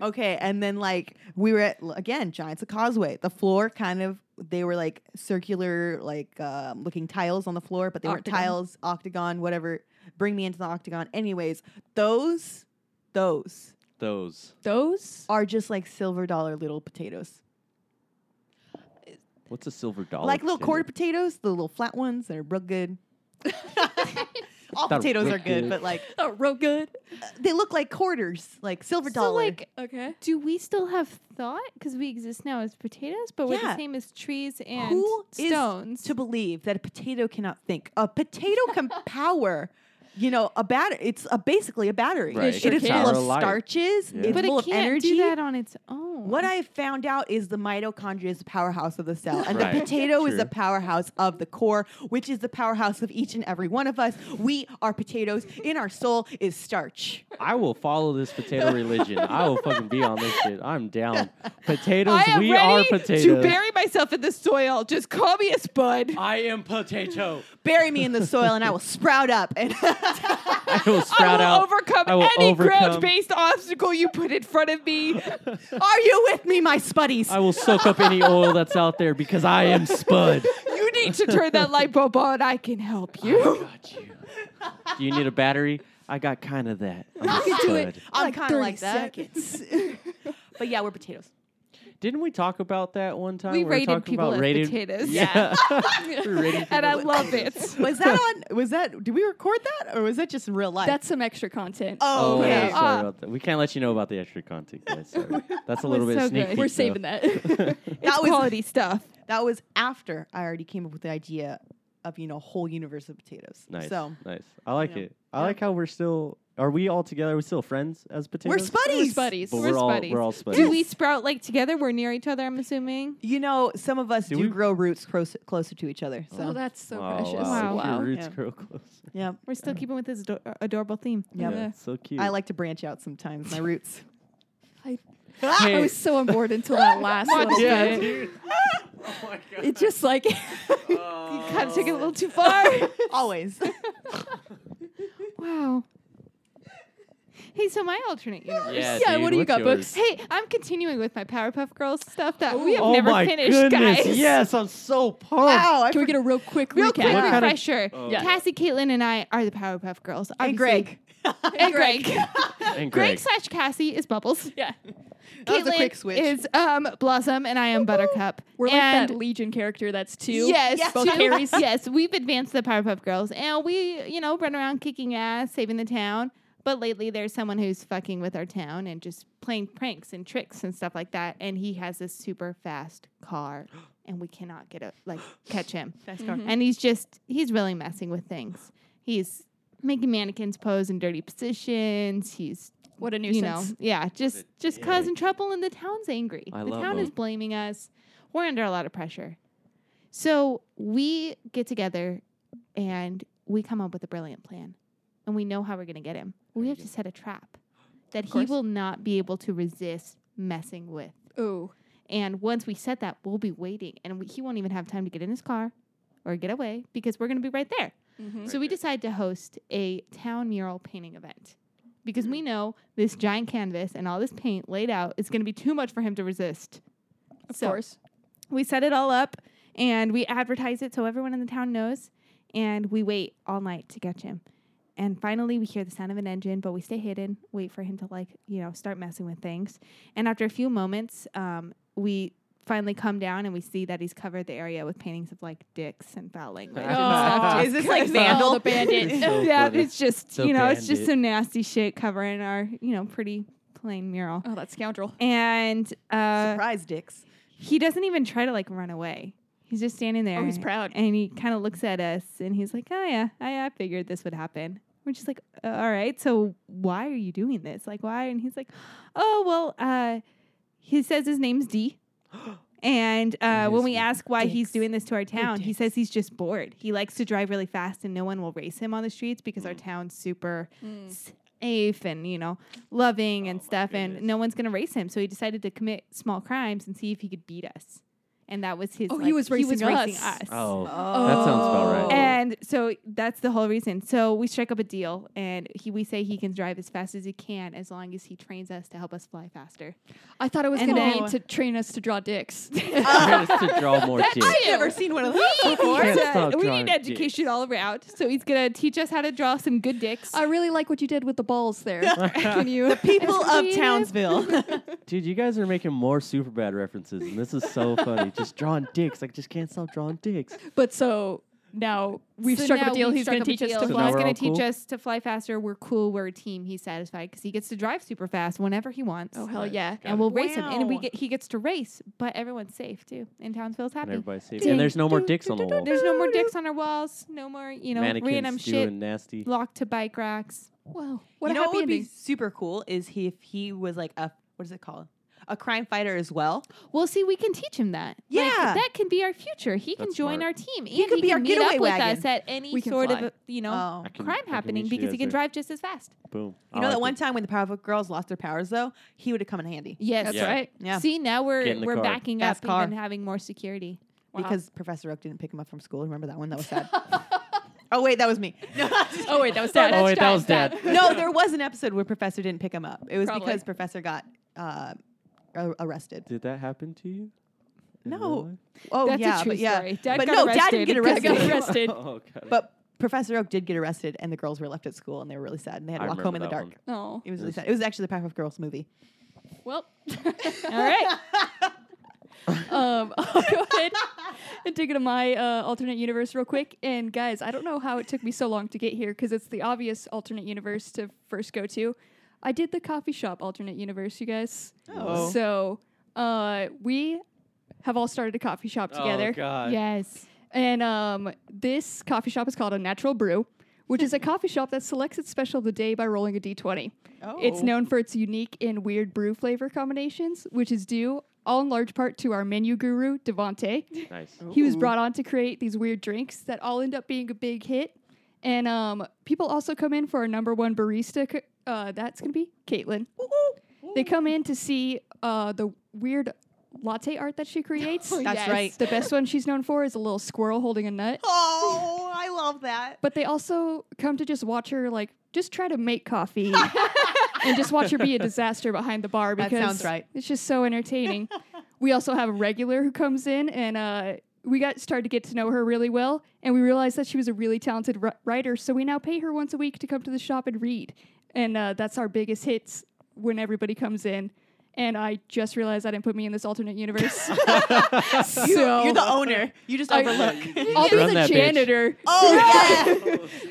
Speaker 4: Okay, and then like we were at l- again Giants of Causeway. The floor kind of they were like circular, like um, looking tiles on the floor, but they
Speaker 1: Octagon.
Speaker 4: weren't tiles, octagon, whatever. Bring me into the octagon. Anyways, those those
Speaker 2: Those.
Speaker 1: Those?
Speaker 4: are just like silver dollar little potatoes.
Speaker 2: What's a silver dollar?
Speaker 4: like little
Speaker 2: potato?
Speaker 4: quarter potatoes, the little flat ones that are real good. All
Speaker 2: They're
Speaker 4: potatoes
Speaker 2: real
Speaker 4: are good,
Speaker 2: good.
Speaker 4: but like
Speaker 1: Oh, real good.
Speaker 4: they look like quarters, like silver
Speaker 3: So
Speaker 4: dollar.
Speaker 3: like,
Speaker 1: Okay.
Speaker 3: do we still have thought? Because we exist now as potatoes, but we're
Speaker 4: Yeah.
Speaker 3: the same as trees and
Speaker 4: Who is
Speaker 3: stones.
Speaker 4: to believe that a potato cannot think? A potato can power. You know, a batter. It's a, basically a battery.
Speaker 2: Right,
Speaker 1: it
Speaker 4: It
Speaker 1: sure
Speaker 4: is
Speaker 1: can.
Speaker 4: full
Speaker 2: Power
Speaker 4: of
Speaker 2: light.
Speaker 4: starches.
Speaker 2: Yeah.
Speaker 4: It's
Speaker 3: but
Speaker 4: full
Speaker 3: it
Speaker 4: of
Speaker 3: can't
Speaker 4: energy.
Speaker 3: do that on its own.
Speaker 4: What I found out is the mitochondria is the powerhouse of the cell, and
Speaker 2: Right.
Speaker 4: the potato is
Speaker 2: True.
Speaker 4: the powerhouse of the core, which is the powerhouse of each and every one of us. We are potatoes. In our soul is starch.
Speaker 2: I will follow this potato religion. I will fucking be on this shit. I'm down. Potatoes,
Speaker 3: I am
Speaker 2: we
Speaker 3: ready
Speaker 2: are
Speaker 3: to
Speaker 2: potatoes.
Speaker 3: bury myself in the soil. Just call me a spud.
Speaker 2: I am potato.
Speaker 4: Bury me in the soil, and I will sprout up. And
Speaker 2: I will sprout
Speaker 3: I will
Speaker 2: out.
Speaker 3: overcome
Speaker 2: I will
Speaker 3: any
Speaker 2: overcome.
Speaker 3: ground-based obstacle you put in front of me.
Speaker 4: are you with me, my spuddies?
Speaker 2: I will soak up any oil that's out there because I am Spud.
Speaker 3: you need to turn that light bulb on. I can help
Speaker 2: I
Speaker 3: you.
Speaker 2: got you. Do you need a battery? I got kind of that. I'm a
Speaker 1: You can do it.
Speaker 2: Spud.
Speaker 4: I'm
Speaker 1: Like
Speaker 4: kind of
Speaker 1: 30
Speaker 4: like that. but yeah, we're potatoes.
Speaker 2: Didn't we talk about that one time?
Speaker 3: We
Speaker 2: where were
Speaker 3: rated
Speaker 2: talking
Speaker 3: people
Speaker 2: about
Speaker 3: as
Speaker 2: rated
Speaker 3: potatoes.
Speaker 2: Yeah, we rated
Speaker 3: And I
Speaker 2: people.
Speaker 3: love it.
Speaker 4: Was that on? Was that? Did we record that, or was that just in real life?
Speaker 1: That's some extra content.
Speaker 4: oh,
Speaker 2: Oh,
Speaker 4: okay.
Speaker 2: yeah, sorry about that. We can't let you know about the extra content. Guys. Sorry. That's a little
Speaker 3: Ah. was
Speaker 2: bit
Speaker 3: so
Speaker 2: sneaky.
Speaker 3: good.
Speaker 1: We're saving that.
Speaker 3: It's
Speaker 4: That was-
Speaker 3: quality stuff.
Speaker 4: That was after I already came up with the idea of you know a whole universe of potatoes.
Speaker 2: Nice.
Speaker 4: So
Speaker 2: nice. I like
Speaker 4: know.
Speaker 2: it. I like how we're still. Are we all together? Are we still friends as
Speaker 4: we're
Speaker 2: potatoes?
Speaker 4: spuddies.
Speaker 1: buddies.
Speaker 2: But
Speaker 3: We're
Speaker 2: we're, all
Speaker 3: spuddies.
Speaker 2: we're all
Speaker 3: Do
Speaker 2: spuddies.
Speaker 3: we sprout like together? We're near each other, I'm assuming.
Speaker 4: You know, some of us
Speaker 2: Do
Speaker 4: do,
Speaker 2: we-
Speaker 4: grow roots close, closer to each other. So
Speaker 1: Oh, that's so
Speaker 2: wow,
Speaker 1: precious.
Speaker 2: Wow,
Speaker 3: Wow.
Speaker 2: Your roots
Speaker 4: Yeah.
Speaker 2: grow close.
Speaker 4: yeah,
Speaker 3: We're still keeping with this ador- uh, adorable theme.
Speaker 4: Yep.
Speaker 2: Yeah, it's so cute.
Speaker 4: I like to branch out sometimes. My roots. Ah,
Speaker 1: I,
Speaker 2: Hey.
Speaker 1: I was so on board until that last little
Speaker 2: Yeah,
Speaker 1: bit.
Speaker 2: dude. oh my god.
Speaker 1: It's just like
Speaker 2: Oh.
Speaker 3: Kind of took it a little too far.
Speaker 4: Always.
Speaker 3: wow. Hey, so my alternate universe.
Speaker 2: Yeah,
Speaker 1: Yeah,
Speaker 2: dude,
Speaker 1: what do you
Speaker 2: what's
Speaker 1: got, books?
Speaker 2: yours?
Speaker 3: Hey, I'm continuing with my Powerpuff Girls stuff that we have
Speaker 2: oh
Speaker 3: never
Speaker 2: my
Speaker 3: finished,
Speaker 2: goodness!
Speaker 3: guys.
Speaker 2: Yes, I'm so pumped.
Speaker 4: Wow. I
Speaker 1: Can we get a real quick
Speaker 3: Real
Speaker 1: recap?
Speaker 3: quick
Speaker 2: What kind of-
Speaker 3: refresher.
Speaker 2: Oh.
Speaker 1: Yeah.
Speaker 3: Cassie, Caitlin, and I are the Powerpuff Girls.
Speaker 4: for- and
Speaker 3: obviously.
Speaker 4: Greg.
Speaker 3: And Greg.
Speaker 2: And Greg.
Speaker 3: Greg slash Cassie is Bubbles.
Speaker 1: Yeah.
Speaker 4: That was a
Speaker 3: Caitlin
Speaker 4: quick switch.
Speaker 3: is um, Blossom, and I am Buttercup.
Speaker 1: We're like
Speaker 3: and
Speaker 1: that Legion character that's two.
Speaker 3: Yes,
Speaker 1: Both
Speaker 3: two-
Speaker 1: carries.
Speaker 3: yes, we've advanced the Powerpuff Girls, and we, you know, run around kicking ass, saving the town. But lately, there's someone who's fucking with our town and just playing pranks and tricks and stuff like that. And he has this super fast car, and we cannot get a like catch him.
Speaker 4: Fast car.
Speaker 3: And he's just he's really messing with things. He's making mannequins pose in dirty positions. He's
Speaker 1: What a
Speaker 3: you
Speaker 1: nuisance.
Speaker 3: know, yeah, just just
Speaker 2: dick.
Speaker 3: causing trouble, and the town's angry.
Speaker 2: I
Speaker 3: the
Speaker 2: love
Speaker 3: town is
Speaker 2: them.
Speaker 3: blaming us. We're under a lot of pressure. So we get together and we come up with a brilliant plan, and we know how we're going to get him. We have to set a trap that he
Speaker 1: course.
Speaker 3: will not be able to resist messing with.
Speaker 1: Oh,
Speaker 3: And once we set that, we'll be waiting, and we, he won't even have time to get in his car or get away because we're going to be right there.
Speaker 1: Mhm.
Speaker 3: So we decide to host a town mural painting event because
Speaker 1: Hmm.
Speaker 3: we know this giant canvas and all this paint laid out is going to be too much for him to resist.
Speaker 1: of
Speaker 3: So-
Speaker 1: course.
Speaker 3: We set it all up and we advertise it so everyone in the town knows, and we wait all night to catch him. And finally, we hear the sound of an engine, but we stay hidden, wait for him to like you know start messing with things. And after a few moments, um, we finally come down and we see that he's covered the area with paintings of like dicks and foul language. and stuff.
Speaker 1: Oh,
Speaker 4: Is this like
Speaker 1: Oh,
Speaker 4: Vandal?
Speaker 1: the bandit.
Speaker 2: So
Speaker 3: yeah,
Speaker 2: funny.
Speaker 3: it's just
Speaker 2: So
Speaker 3: you know, it's just
Speaker 2: bandit.
Speaker 3: some nasty shit covering our you know pretty plain mural.
Speaker 1: Oh, that scoundrel.
Speaker 3: And uh,
Speaker 4: Surprise, dicks.
Speaker 3: he doesn't even try to like run away. He's just standing there.
Speaker 1: Oh, he's proud.
Speaker 3: And he kind of looks at us and he's like, "Oh yeah, I, I figured this would happen." We're just like, "Uh, "All right, so why are you doing this? Like, why?" And he's like, "Oh well, uh, he says his name's D." And uh,
Speaker 2: And
Speaker 3: when
Speaker 2: his
Speaker 3: we ask why he's
Speaker 4: dicks.
Speaker 3: doing this to our town, he
Speaker 4: dicks.
Speaker 3: says he's just bored. He likes to drive really fast, and no one will race him on the streets because our
Speaker 2: Mm.
Speaker 3: town's super
Speaker 1: Mm.
Speaker 3: safe and you know loving and
Speaker 2: Oh my
Speaker 3: stuff and
Speaker 2: goodness.
Speaker 3: no one's gonna race him so he decided to commit small crimes and see if he could beat us and that was his
Speaker 1: Oh, he
Speaker 3: like,
Speaker 1: was
Speaker 3: he was
Speaker 1: racing
Speaker 3: racing
Speaker 1: us.
Speaker 3: us
Speaker 2: Oh, That sounds about right.
Speaker 3: and so that's the whole reason so we strike up a deal and he we say he can drive as fast as he can as long as he trains us to help us fly faster
Speaker 1: I thought it was
Speaker 3: And
Speaker 1: going to
Speaker 3: then-
Speaker 1: mean to train us to draw dicks.
Speaker 2: Trying to draw more dicks.
Speaker 4: I've Oh. never seen one of those before.
Speaker 2: Can't
Speaker 3: Here's a-
Speaker 2: stop
Speaker 3: we
Speaker 2: drawing
Speaker 3: need education all around so he's gonna teach us how to draw some good dicks
Speaker 1: I really like what you did with the balls there. Can you?
Speaker 4: People of
Speaker 3: creative.
Speaker 4: Townsville.
Speaker 2: Dude, you guys are making more super bad references, and this is so funny. Just just drawing dicks. I just can't stop drawing dicks.
Speaker 1: But so now we've
Speaker 3: So
Speaker 1: struck up a
Speaker 3: now
Speaker 1: deal.
Speaker 3: we've
Speaker 1: He's
Speaker 3: struck
Speaker 1: going
Speaker 3: up
Speaker 1: to
Speaker 3: a
Speaker 1: teach us
Speaker 3: deal.
Speaker 1: to
Speaker 2: So now
Speaker 1: fly.
Speaker 3: He's
Speaker 2: we're
Speaker 3: gonna
Speaker 2: all
Speaker 3: teach
Speaker 2: cool?
Speaker 3: us to fly faster. We're cool. We're a team. He's satisfied because he gets to drive super fast whenever he wants.
Speaker 1: Oh hell yeah!
Speaker 2: Got
Speaker 3: and
Speaker 2: it.
Speaker 3: we'll race him, and we
Speaker 4: Wow.
Speaker 3: get he gets to race, but everyone's safe too, and Townsville's
Speaker 2: And
Speaker 3: happy.
Speaker 2: everybody's safe.
Speaker 3: Ding,
Speaker 2: And there's no more
Speaker 3: doo,
Speaker 2: dicks
Speaker 3: doo,
Speaker 2: on the
Speaker 3: doo,
Speaker 2: wall.
Speaker 3: There's no more dicks on our walls. No more, you know,
Speaker 2: Mannequins
Speaker 3: random
Speaker 2: doing
Speaker 3: shit
Speaker 2: nasty.
Speaker 3: locked to bike racks.
Speaker 1: Wow, what
Speaker 4: you
Speaker 1: a
Speaker 4: know what
Speaker 1: happy
Speaker 4: would
Speaker 1: ending.
Speaker 4: be super cool is he, if he was like a what is it called, a crime fighter as well.
Speaker 3: Well, see, we can teach him that. Like,
Speaker 4: Yeah.
Speaker 3: that can be our future. He can
Speaker 2: That's
Speaker 3: join
Speaker 2: smart.
Speaker 3: our team, and he,
Speaker 4: could be
Speaker 3: can
Speaker 4: our
Speaker 3: meet
Speaker 4: getaway
Speaker 3: up with
Speaker 4: wagon.
Speaker 3: us at any
Speaker 1: We can
Speaker 3: sort
Speaker 1: fly.
Speaker 3: of you know
Speaker 4: oh,
Speaker 2: I can- I
Speaker 3: crime
Speaker 2: can
Speaker 3: happening
Speaker 2: meet you
Speaker 3: because he
Speaker 2: guys
Speaker 3: can
Speaker 2: there.
Speaker 3: drive just as fast.
Speaker 2: Boom. Oh, I
Speaker 4: you know
Speaker 2: like
Speaker 4: that one
Speaker 2: it.
Speaker 4: time when the Powerpuff Girls lost their powers though, he would have come in handy
Speaker 3: Yes,
Speaker 1: That's
Speaker 2: Yeah.
Speaker 1: right.
Speaker 4: Yeah.
Speaker 3: See, now
Speaker 2: Get
Speaker 3: we're
Speaker 2: in the
Speaker 3: we're
Speaker 2: car.
Speaker 3: backing
Speaker 4: Fast
Speaker 3: up
Speaker 4: car.
Speaker 3: and having more security.
Speaker 1: Wow.
Speaker 4: because Professor Oak didn't pick him up from school. Remember that one? That was sad. oh wait, that was me. No,
Speaker 1: oh wait, that was
Speaker 3: So
Speaker 1: dad.
Speaker 2: Oh
Speaker 3: that's
Speaker 2: wait, that
Speaker 3: Chad's
Speaker 2: was
Speaker 3: dad.
Speaker 2: dad.
Speaker 4: no, there was an episode where Professor didn't pick him up. It was
Speaker 1: Probably.
Speaker 4: because Professor got uh, ar- arrested.
Speaker 2: Did that happen to you? in real
Speaker 4: No.
Speaker 2: life?
Speaker 4: Oh
Speaker 3: That's
Speaker 4: yeah,
Speaker 3: a true
Speaker 4: but yeah,
Speaker 3: story. Dad
Speaker 4: but
Speaker 3: got
Speaker 4: no,
Speaker 3: arrested.
Speaker 4: Dad didn't get
Speaker 3: because
Speaker 1: Dad
Speaker 3: he
Speaker 1: got
Speaker 4: arrested.
Speaker 1: arrested.
Speaker 2: Oh god.
Speaker 4: but Professor Oak did get arrested, and the girls were left at school, and they were really sad, and they had to
Speaker 2: I
Speaker 4: walk home in the
Speaker 2: remember
Speaker 4: dark.
Speaker 2: that one.
Speaker 1: Oh
Speaker 4: It was really
Speaker 2: Yes.
Speaker 4: sad. It was actually the Powerpuff Girls movie.
Speaker 1: well.
Speaker 3: All right.
Speaker 1: um, I'll go ahead and dig into my uh, alternate universe real quick. And guys, I don't know how it took me so long to get here because it's the obvious alternate universe to first go to. I did the coffee shop alternate universe, you guys.
Speaker 2: Oh.
Speaker 1: So uh, we have all started a coffee shop together.
Speaker 2: Oh god.
Speaker 3: yes.
Speaker 1: And um, this coffee shop is called a natural brew, which is a coffee shop that selects its special of the day by rolling a d20.
Speaker 4: Oh.
Speaker 1: It's known for its unique and weird brew flavor combinations, which is due all in large part to our menu guru, Devante.
Speaker 2: Nice.
Speaker 1: He was brought on to create these weird drinks that all end up being a big hit. And um, people also come in for our number one barista. c- Uh, that's going to be Caitlin. They come in to see uh, the weird latte art that she creates.
Speaker 4: That's
Speaker 3: Yes.
Speaker 4: right.
Speaker 1: The best one she's known for is a little squirrel holding a nut.
Speaker 4: Oh, I love that.
Speaker 1: But they also come to just watch her, like, just try to make coffee and just watch her be a disaster behind the bar
Speaker 4: That
Speaker 1: because
Speaker 4: sounds right.
Speaker 1: it's just so entertaining. we also have a regular who comes in and uh, we got started to get to know her really well and we realized that she was a really talented ri- writer. So we now pay her once a week to come to the shop and read. And uh, that's our biggest hits when everybody comes in. And I just realized I didn't put me in this alternate universe. so
Speaker 4: You're the owner. You just
Speaker 1: I-
Speaker 4: overlook.
Speaker 1: I'll be
Speaker 2: Run
Speaker 1: the
Speaker 2: that bitch.
Speaker 1: janitor,
Speaker 4: oh yeah.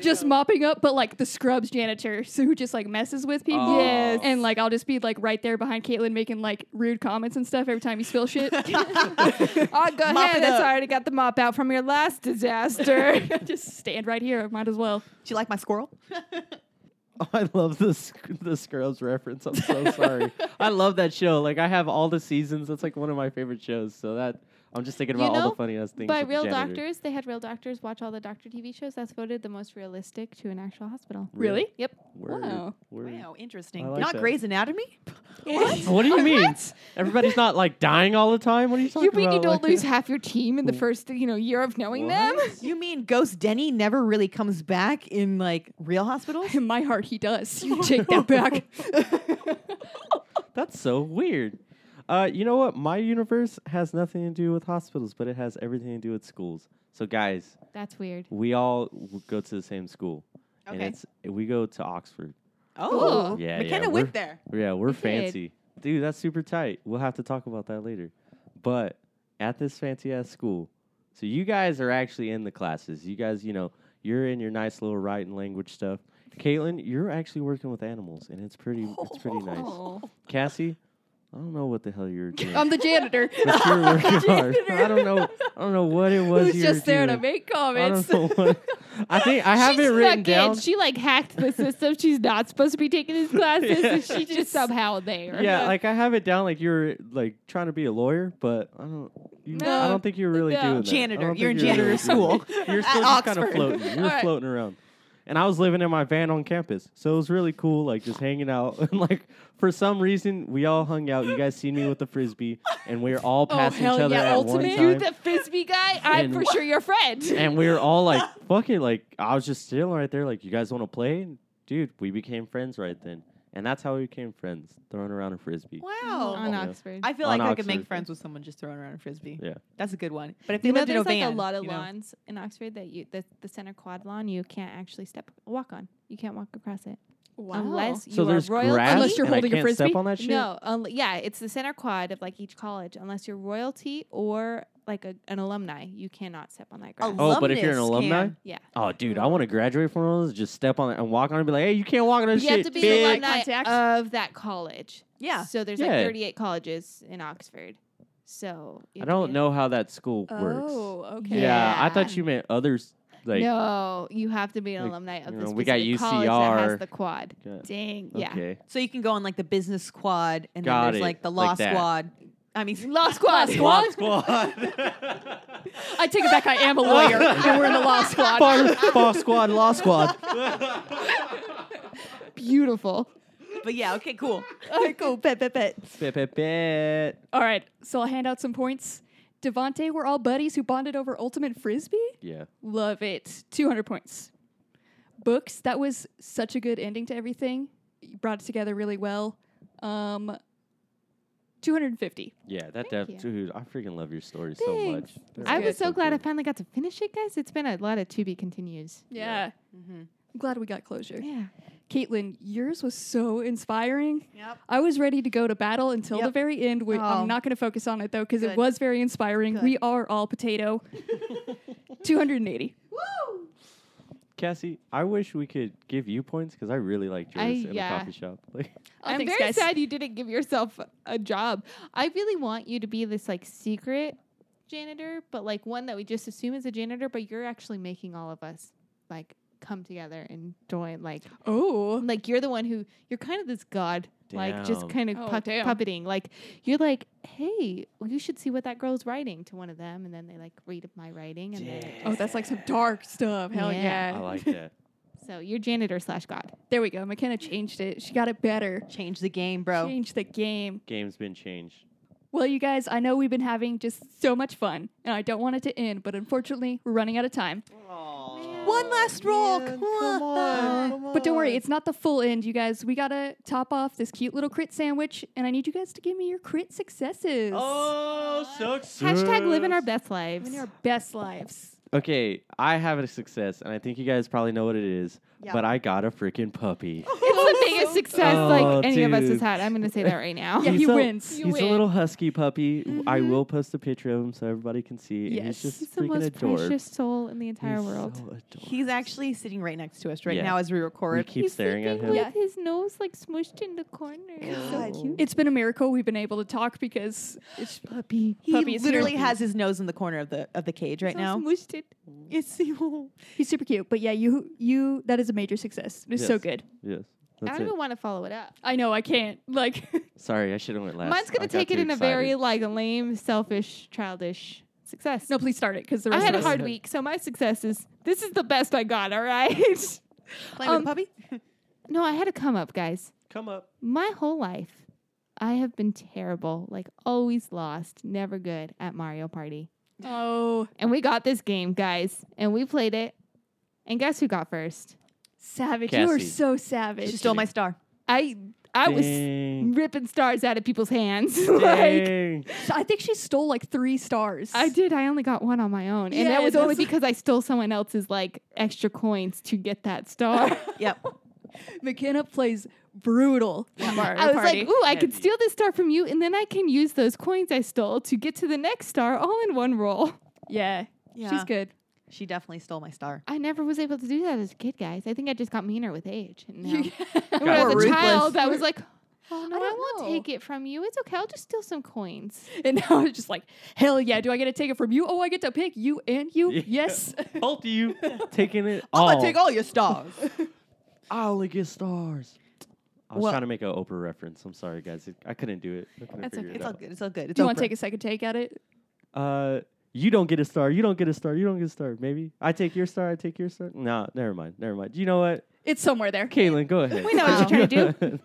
Speaker 1: just mopping up, but like the scrubs janitor, so who just like messes with people.
Speaker 2: Oh. Yes.
Speaker 1: And like I'll just be like right there behind Caitlin making like rude comments and stuff every time you spill shit.
Speaker 3: I'll go
Speaker 4: Mop it
Speaker 3: ahead. That's
Speaker 4: up.
Speaker 3: I already got the mop out from your last disaster.
Speaker 1: just stand right here. I might as well.
Speaker 4: Do you like my squirrel?
Speaker 2: Oh, I love this the Scrubs reference. I'm so sorry. I love that show. Like I have all the seasons. That's like one of my favorite shows. So that I'm just thinking
Speaker 3: You
Speaker 2: about all
Speaker 3: know,
Speaker 2: the funniest things.
Speaker 3: By
Speaker 2: with the
Speaker 3: real
Speaker 2: janitor.
Speaker 3: doctors, they had real doctors watch all the doctor TV shows. That's voted the most realistic to an actual hospital.
Speaker 1: Really?
Speaker 3: Yep.
Speaker 2: Word,
Speaker 1: Wow.
Speaker 2: word.
Speaker 4: Wow, interesting.
Speaker 2: I like
Speaker 4: Not
Speaker 2: that.
Speaker 4: Grey's Anatomy.
Speaker 2: What do you mean? Everybody's not like dying all the time. What are you talking
Speaker 3: You
Speaker 2: about?
Speaker 3: mean you don't
Speaker 2: Like-
Speaker 3: lose half your team in the first, you know, year of knowing them?
Speaker 2: What?
Speaker 4: You mean Ghost Denny never really comes back in like real hospitals?
Speaker 1: In my heart, he does. You take that back.
Speaker 2: That's so weird. Uh, you know what? My universe has nothing to do with hospitals, but it has everything to do with schools. So guys,
Speaker 3: That's weird.
Speaker 2: we all w- go to the same school, and
Speaker 4: Okay.
Speaker 2: it's we go to Oxford.
Speaker 4: Oh,
Speaker 3: Ooh.
Speaker 2: Yeah, yeah,
Speaker 4: McKenna
Speaker 2: we're-
Speaker 4: went there.
Speaker 2: Yeah, we're
Speaker 3: We did.
Speaker 2: fancy. Dude, that's super tight. We'll have to talk about that later. But at this fancy ass school, so you guys are actually in the classes. You guys, you know, you're in your nice little writing language stuff. Caitlin, you're actually working with animals, and it's pretty, it's pretty nice.
Speaker 1: Oh.
Speaker 2: Cassie, I don't know what the hell you're doing.
Speaker 1: I'm the janitor.
Speaker 2: but you're working hard. I don't know. I don't know what it was.
Speaker 1: Who's
Speaker 2: you were
Speaker 1: just there to
Speaker 2: doing.
Speaker 1: make
Speaker 2: I don't
Speaker 1: comments?
Speaker 2: know what. I think I have
Speaker 3: she
Speaker 2: it
Speaker 3: snuck
Speaker 2: written
Speaker 3: in.
Speaker 2: down.
Speaker 3: She like hacked the system. She's not supposed to be taking his classes,
Speaker 2: Yeah.
Speaker 3: and she's just somehow there.
Speaker 2: Yeah, like I have it down like you're like trying to be a lawyer, but I don't. You, I
Speaker 3: No.
Speaker 2: don't think you're really
Speaker 3: No.
Speaker 2: doing that.
Speaker 4: Janitor.
Speaker 2: I don't
Speaker 4: You're
Speaker 2: think
Speaker 4: in
Speaker 2: really
Speaker 4: janitor
Speaker 2: doing that.
Speaker 4: school
Speaker 2: You're
Speaker 4: at
Speaker 2: still just kind of
Speaker 4: Oxford.
Speaker 2: floating. You're
Speaker 3: Alright.
Speaker 2: floating around. And I was living in my van on campus, so it was really cool, like just hanging out. And like for some reason, we all hung out. You guys seen me with the frisbee, and we were all
Speaker 4: Oh,
Speaker 2: passing
Speaker 1: hell
Speaker 2: each other
Speaker 1: yeah,
Speaker 2: at
Speaker 1: ultimate.
Speaker 2: one time.
Speaker 3: you the frisbee guy, I'm
Speaker 2: And-
Speaker 3: for sure your friend.
Speaker 2: and we were all like, "Fuck it!" Like I was just sitting right there, like, "You guys want to play?" And dude, we became friends right then, and that's how we became friends, throwing around a frisbee.
Speaker 3: on
Speaker 4: Wow.
Speaker 2: Yeah.
Speaker 3: Oxford.
Speaker 4: I feel
Speaker 2: On
Speaker 4: like I could make
Speaker 2: Oxford.
Speaker 4: friends with someone just throwing around a frisbee.
Speaker 2: Yeah.
Speaker 4: That's a good one. But if they
Speaker 3: you know,
Speaker 4: lived in
Speaker 3: there's
Speaker 4: a
Speaker 3: like
Speaker 4: van,
Speaker 3: a lot of
Speaker 4: you know.
Speaker 3: lawns in Oxford that you the, the center quad lawn you can't actually step walk on. You can't walk across it
Speaker 1: Wow.
Speaker 3: unless you
Speaker 2: So
Speaker 3: are
Speaker 2: there's
Speaker 3: royalty.
Speaker 2: grass,
Speaker 1: Unless you're
Speaker 2: and I
Speaker 1: holding a
Speaker 2: can't step
Speaker 1: frisbee?
Speaker 2: on that shit?
Speaker 3: No, um, yeah, it's the center quad of like each college, unless you're royalty or like a, an alumni, you cannot step on that grass.
Speaker 2: Oh, but if you're an
Speaker 4: Alumnus
Speaker 2: alumni,
Speaker 4: scam.
Speaker 3: yeah.
Speaker 2: oh, dude, I want to graduate from those. Just step on it and walk on it and be like, hey, you can't walk on this
Speaker 3: You
Speaker 2: shit.
Speaker 3: have to be
Speaker 2: bitch."
Speaker 3: an alumni
Speaker 1: Contact.
Speaker 3: of that college.
Speaker 4: Yeah.
Speaker 3: So there's
Speaker 2: Yeah.
Speaker 3: like 38 colleges in Oxford. So
Speaker 2: I
Speaker 3: you have to be
Speaker 2: don't
Speaker 3: a-
Speaker 2: know how that school works.
Speaker 1: Oh, okay.
Speaker 2: Yeah. I thought
Speaker 3: Yeah.
Speaker 2: you meant others. Like,
Speaker 3: no, you have to be an
Speaker 2: like,
Speaker 3: alumni of
Speaker 2: you
Speaker 3: this
Speaker 2: know, we got
Speaker 3: college that
Speaker 2: UCR.
Speaker 3: has the quad.
Speaker 2: Yeah,
Speaker 1: Dang.
Speaker 3: Yeah.
Speaker 2: okay.
Speaker 4: So you can go on like the business squad and
Speaker 2: Got
Speaker 4: then there's
Speaker 2: it,
Speaker 4: like the law
Speaker 2: like that.
Speaker 4: squad. I mean,
Speaker 3: Law squad.
Speaker 1: squad?
Speaker 2: squad.
Speaker 1: I take it back. I am a lawyer, and we're in the law squad.
Speaker 2: Bar, bar squad, law squad.
Speaker 3: Beautiful.
Speaker 4: but yeah, okay, cool. Okay, cool. Bet, bet, bet.
Speaker 2: Bit, bit, bit.
Speaker 1: All right, so I'll hand out some points. Devonte, we're all buddies who bonded over ultimate frisbee.
Speaker 2: Yeah.
Speaker 1: Love it. Two hundred points. Books. That was such a good ending to everything. You brought it together really well. Um, two hundred and fifty.
Speaker 2: Yeah, that
Speaker 3: Thank
Speaker 2: def-
Speaker 3: you.
Speaker 2: dude, I freaking love your story so
Speaker 1: Thanks.
Speaker 2: much. They're
Speaker 3: I
Speaker 2: all
Speaker 3: was so glad I
Speaker 2: good.
Speaker 3: finally got to finish it, guys. It's been a lot of to be continues.
Speaker 1: Yeah.
Speaker 4: Mhm.
Speaker 1: I'm glad we got closure.
Speaker 3: Yeah.
Speaker 1: Caitlin, yours was so inspiring.
Speaker 4: Yep.
Speaker 1: I was ready to go to battle until the
Speaker 4: Yep.
Speaker 1: very end. We,
Speaker 3: Oh.
Speaker 1: I'm not going to focus on it though because it
Speaker 4: Good.
Speaker 1: was very inspiring.
Speaker 4: Good.
Speaker 1: We are all potato. 280.
Speaker 4: Woo!
Speaker 2: Cassie, I wish we could give you points because I really liked yours
Speaker 3: I-
Speaker 2: in
Speaker 3: yeah.
Speaker 2: the coffee shop. Like,
Speaker 1: Oh,
Speaker 3: I'm
Speaker 1: thanks,
Speaker 3: very
Speaker 1: guys.
Speaker 3: sad you didn't give yourself a job. I really want you to be this like secret janitor, but like one that we just assume is a janitor, but you're actually making all of us like come together and join. Like,
Speaker 1: Oh,
Speaker 3: like you're the one who you're kind of this god, like just
Speaker 2: Damn.
Speaker 3: kind of
Speaker 1: Oh,
Speaker 3: pu-
Speaker 1: damn.
Speaker 3: puppeting. Like you're like, hey, well, you should see what that girl's writing to one of them, and then they like read my writing, and then
Speaker 1: oh, that's like some dark stuff. Hell
Speaker 3: Yeah.
Speaker 1: yeah.
Speaker 2: I like that.
Speaker 3: so you're janitor slash god.
Speaker 1: There we go. McKenna changed it. She got it better.
Speaker 4: Change the game, bro.
Speaker 1: Changed the game.
Speaker 2: Game's been changed.
Speaker 1: Well, you guys, I know we've been having just so much fun, and I don't want it to end, but unfortunately, we're running out of time.
Speaker 4: One last roll. Come on.
Speaker 1: But don't worry, it's not the full end, you guys. We gotta top off this cute little crit sandwich, and I need you guys to give me your crit successes.
Speaker 2: Oh, success.
Speaker 3: Hashtag living our best lives.
Speaker 1: Living our best lives.
Speaker 2: Okay, I have a success, and I think you guys probably know what it is.
Speaker 4: Yeah.
Speaker 2: But I got a freaking puppy.
Speaker 3: It's the biggest success
Speaker 2: Oh,
Speaker 3: like any of us
Speaker 2: dude.
Speaker 3: has had. I'm gonna say that right now.
Speaker 1: Yeah,
Speaker 2: He's
Speaker 1: he
Speaker 2: a-
Speaker 1: wins.
Speaker 3: Oh,
Speaker 2: he's
Speaker 3: You
Speaker 2: a
Speaker 3: win. Mm-hmm.
Speaker 2: little husky puppy. I will post a picture of him so everybody can see. and
Speaker 1: Yes.
Speaker 2: he's just
Speaker 3: He's the
Speaker 2: freaking
Speaker 3: most
Speaker 2: adorable.
Speaker 3: precious soul in the entire world.
Speaker 4: He's actually sitting right next to us right
Speaker 2: Yeah.
Speaker 4: now as we
Speaker 2: we
Speaker 4: record.
Speaker 2: keep
Speaker 3: He's
Speaker 2: staring at
Speaker 3: sleeping
Speaker 2: him.
Speaker 3: with
Speaker 1: Yeah.
Speaker 3: his nose like smushed in the corner. It's so
Speaker 4: God.
Speaker 3: cute.
Speaker 1: It's been a miracle we've been able to talk because it's puppy.
Speaker 4: he
Speaker 1: puppy is here.
Speaker 4: literally has his nose in the corner of the of the cage right
Speaker 3: so
Speaker 4: now.
Speaker 3: smushed it.
Speaker 4: It's
Speaker 1: He's super cute. But yeah, you you that is a major success. It is so
Speaker 2: Yes.
Speaker 1: good.
Speaker 2: Yes,
Speaker 3: I
Speaker 2: that's
Speaker 3: don't
Speaker 2: it.
Speaker 3: even want to follow it up.
Speaker 1: I know I can't. Like
Speaker 2: Sorry, I should have went last. I
Speaker 3: Mine's gonna
Speaker 2: got
Speaker 3: take it
Speaker 2: too
Speaker 3: in a
Speaker 2: excited.
Speaker 3: very like lame, selfish, childish success.
Speaker 1: no, please start it because the
Speaker 3: I
Speaker 1: rest
Speaker 3: had a
Speaker 1: of us
Speaker 3: hard week, so my success is this is the best I got. All right.
Speaker 4: playing with a
Speaker 3: Um,
Speaker 4: puppy.
Speaker 3: no, I had a come up, guys.
Speaker 2: come up.
Speaker 3: my whole life, I have been terrible, like always lost, never good at Mario Party.
Speaker 1: Oh,
Speaker 3: And we got this game, guys, and we played it. And guess who got first?
Speaker 1: savage! You are
Speaker 2: Cassie.
Speaker 1: so
Speaker 4: She
Speaker 1: savage.
Speaker 4: stole my star.
Speaker 3: I I was
Speaker 2: Dang.
Speaker 3: ripping stars out of people's hands. like
Speaker 2: Dang.
Speaker 1: I think she stole like three stars.
Speaker 3: I did. I only got one on my own, and
Speaker 1: Yeah,
Speaker 3: that was only
Speaker 1: that's-
Speaker 3: because I stole someone else's like extra coins to get that star.
Speaker 4: Yep.
Speaker 1: McKenna plays brutal. at Mario
Speaker 3: I was
Speaker 1: Party.
Speaker 3: like, "Ooh, I could
Speaker 2: Heavy.
Speaker 3: steal this star from you, and then I can use those coins I stole to get to the next star all in one roll."
Speaker 1: yeah, she's
Speaker 4: Yeah.
Speaker 1: good.
Speaker 4: She definitely stole my star.
Speaker 3: I never was able to do that as a kid, guys. I think I just got meaner with age. And now, when
Speaker 2: Got
Speaker 3: I was a
Speaker 2: ruthless.
Speaker 3: child, I was like, "Oh no, I,
Speaker 1: don't
Speaker 3: won't
Speaker 1: know."
Speaker 3: take it from you. It's okay. I'll just steal some coins."
Speaker 1: and now it's just like, hell yeah! Do I get to take it from you? Oh, I get to pick you and you.
Speaker 2: Yeah.
Speaker 1: Yes.
Speaker 2: Both of you taking it
Speaker 4: I'm
Speaker 2: all.
Speaker 4: gonna take all your stars.
Speaker 2: I only get stars. I was
Speaker 4: Well-
Speaker 2: trying to make an Oprah reference. I'm sorry, guys. It- I couldn't do it. I couldn't
Speaker 1: That's okay.
Speaker 2: figure it
Speaker 4: it's all
Speaker 2: out.
Speaker 4: good. It's all good. It's
Speaker 1: do you want
Speaker 4: Oprah.
Speaker 1: to take a second take at it?
Speaker 2: Uh, you don't get a star. You don't get a star. You don't get a star. Maybe I take your star. I take your star. No, never mind. Never mind. You know what,
Speaker 1: It's somewhere there.
Speaker 2: Caitlin, go ahead.
Speaker 3: We know what you're trying to do.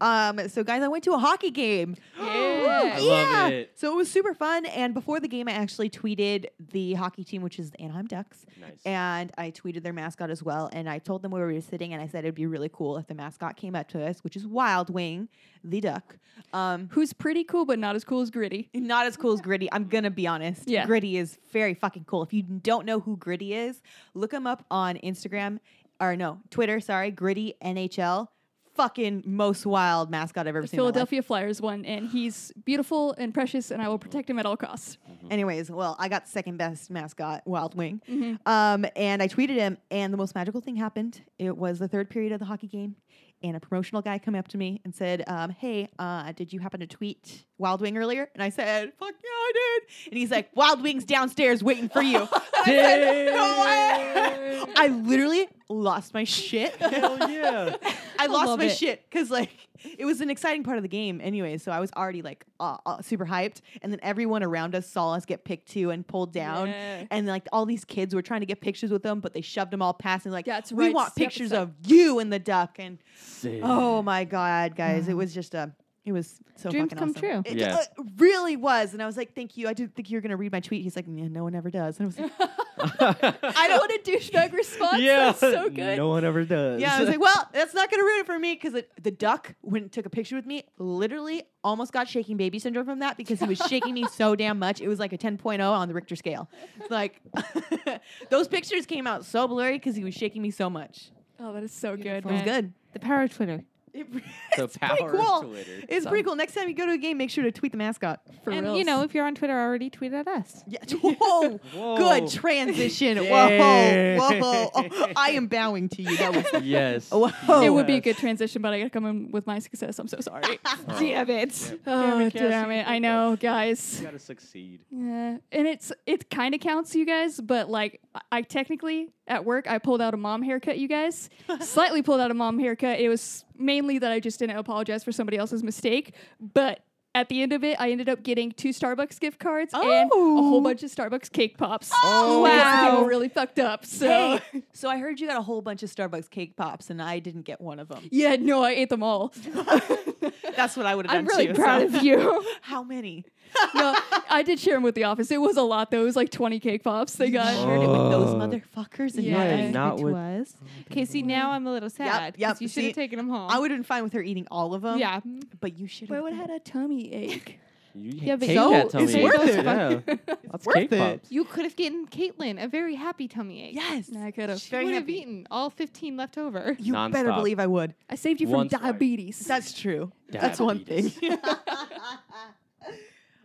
Speaker 4: Um, so guys, I went to a hockey game.
Speaker 1: Yeah.
Speaker 2: I love it.
Speaker 4: So it was super fun. And before the game, I actually tweeted the hockey team, which is the Anaheim Ducks,
Speaker 2: Nice.
Speaker 4: and I tweeted their mascot as well. And I told them where we were sitting, and I said it'd be really cool if the mascot came up to us, which is Wild Wing, the duck. Um,
Speaker 1: Who's pretty cool, but not as cool as Gritty.
Speaker 4: not as cool as Gritty. I'm gonna be honest.
Speaker 1: Yeah.
Speaker 4: Gritty is very fucking cool. If you don't know who Gritty is, look him up on Instagram or no Twitter. Sorry, Gritty NHL. Fucking most wild mascot I've ever
Speaker 1: The
Speaker 4: seen. in my life.
Speaker 1: Philadelphia Flyers won, and he's beautiful and precious, and I will protect him at all costs.
Speaker 4: Anyways, well, I got second best mascot, Wild Wing.
Speaker 1: Mhm.
Speaker 4: Um, and I tweeted him, and the most magical thing happened. It was the third period of the hockey game, and a promotional guy came up to me and said, um, "Hey, uh, did you happen to tweet Wild Wing earlier?" And I said, "Fuck yeah, I did." And he's like, "Wild Wing's downstairs waiting for you." And I said, "No way."
Speaker 1: Dang.
Speaker 4: I literally lost my shit.
Speaker 2: Hell yeah.
Speaker 4: I lost
Speaker 1: love
Speaker 4: my
Speaker 1: it.
Speaker 4: shit because like it was an exciting part of the game anyway. So I was already like uh, uh, super hyped, and then everyone around us saw us get picked to and pulled down,
Speaker 1: Yeah.
Speaker 4: and like all these kids were trying to get pictures with them, but they shoved them all past and like
Speaker 1: That's
Speaker 4: we
Speaker 1: right,
Speaker 4: want
Speaker 1: step
Speaker 4: pictures
Speaker 1: aside."
Speaker 4: of you and the duck. And
Speaker 2: Sick.
Speaker 4: oh my god, guys, it was just a. It was so
Speaker 3: Dreams
Speaker 4: fucking
Speaker 3: come
Speaker 4: awesome.
Speaker 3: true.
Speaker 4: It
Speaker 2: Yeah.
Speaker 4: uh, really was, and I was like, "Thank you." I didn't think you were gonna read my tweet. He's like, "Yeah, "No one ever does." And I was like,
Speaker 1: I don't want a douchebag response.
Speaker 2: yeah.
Speaker 1: That's so good.
Speaker 2: No one ever does.
Speaker 4: Yeah, I was like, well, that's not going to ruin it for me because the duck, when it took a picture with me, literally almost got shaking baby syndrome from that because he was shaking me so damn much. It was like a 10.0 on the Richter scale. It's like, those pictures came out so blurry because he was shaking me so much.
Speaker 1: Oh, that is so good,
Speaker 4: It was
Speaker 1: man.
Speaker 4: good.
Speaker 3: The power of Twitter.
Speaker 4: It-
Speaker 2: the
Speaker 4: it's pretty
Speaker 2: power
Speaker 4: cool.
Speaker 2: of Twitter.
Speaker 4: It's pretty cool. Next time you go to a game, make sure to tweet the mascot.
Speaker 1: For
Speaker 3: and
Speaker 1: reals.
Speaker 3: you know, if you're on Twitter already, tweet at us.
Speaker 4: Yeah. Whoa.
Speaker 2: Whoa.
Speaker 4: Good transition.
Speaker 2: Yeah.
Speaker 4: Whoa. Whoa. Oh, I am bowing to you. That was.
Speaker 2: Yes.
Speaker 4: Whoa.
Speaker 1: it would be a
Speaker 2: Yes.
Speaker 1: good transition, but I gotta come in with my success. I'm so sorry.
Speaker 3: Damn it.
Speaker 1: oh,
Speaker 2: it, Cassie,
Speaker 1: damn
Speaker 2: you
Speaker 1: it. I
Speaker 2: did
Speaker 1: know,
Speaker 2: that.
Speaker 1: guys.
Speaker 2: You gotta succeed.
Speaker 1: Yeah, and it's it kind of counts, you guys. But like, I- I technically at work I pulled out a mom haircut, you guys. Slightly pulled out a mom haircut. It was mainly that I just didn't apologize for somebody else's mistake. But at the end of it, I ended up getting two Starbucks gift cards and a whole
Speaker 4: Oh.
Speaker 1: bunch of Starbucks cake pops.
Speaker 2: Oh.
Speaker 1: Because
Speaker 3: Wow.
Speaker 1: people really fucked up. So.
Speaker 4: Hey, so I heard you got a whole bunch of Starbucks cake pops, and I didn't get one of them.
Speaker 1: Yeah, no, I ate them all.
Speaker 4: That's what I would have done.
Speaker 1: I'm really
Speaker 4: too,
Speaker 1: proud
Speaker 4: so.
Speaker 1: of you.
Speaker 4: How many?
Speaker 1: no, I did share them with the office. It was a lot though. It was like 20 cake pops they got.
Speaker 2: Oh.
Speaker 4: Shared it with those motherfuckers. And
Speaker 1: Yeah.
Speaker 4: yeah.
Speaker 1: Hey,
Speaker 2: not
Speaker 3: Which
Speaker 2: with-
Speaker 3: was. Okay, see, now I'm a little sad. 'cause
Speaker 4: yep,
Speaker 3: You should have
Speaker 4: see,
Speaker 3: taken them home.
Speaker 4: I would um, have been fine with her eating all of them.
Speaker 3: Yeah.
Speaker 4: But you should
Speaker 1: But I
Speaker 4: have.
Speaker 1: would have had a tummy ache.
Speaker 2: You
Speaker 3: Yeah, but
Speaker 2: take
Speaker 3: so
Speaker 2: that tummy.
Speaker 4: it's
Speaker 2: ache.
Speaker 4: worth it.
Speaker 2: Yeah. That's
Speaker 4: worth
Speaker 2: cake
Speaker 4: it.
Speaker 2: pops.
Speaker 3: You could have given Caitlin a very happy tummy ache.
Speaker 4: Yes.
Speaker 1: No, I could have.
Speaker 4: She
Speaker 3: She
Speaker 4: Very
Speaker 3: would have
Speaker 4: happy.
Speaker 3: eaten all 15 left over.
Speaker 4: You better
Speaker 2: Nonstop.
Speaker 4: believe I would.
Speaker 1: I saved you
Speaker 2: One
Speaker 1: from
Speaker 2: swipe.
Speaker 1: diabetes.
Speaker 4: That's true. That's one thing.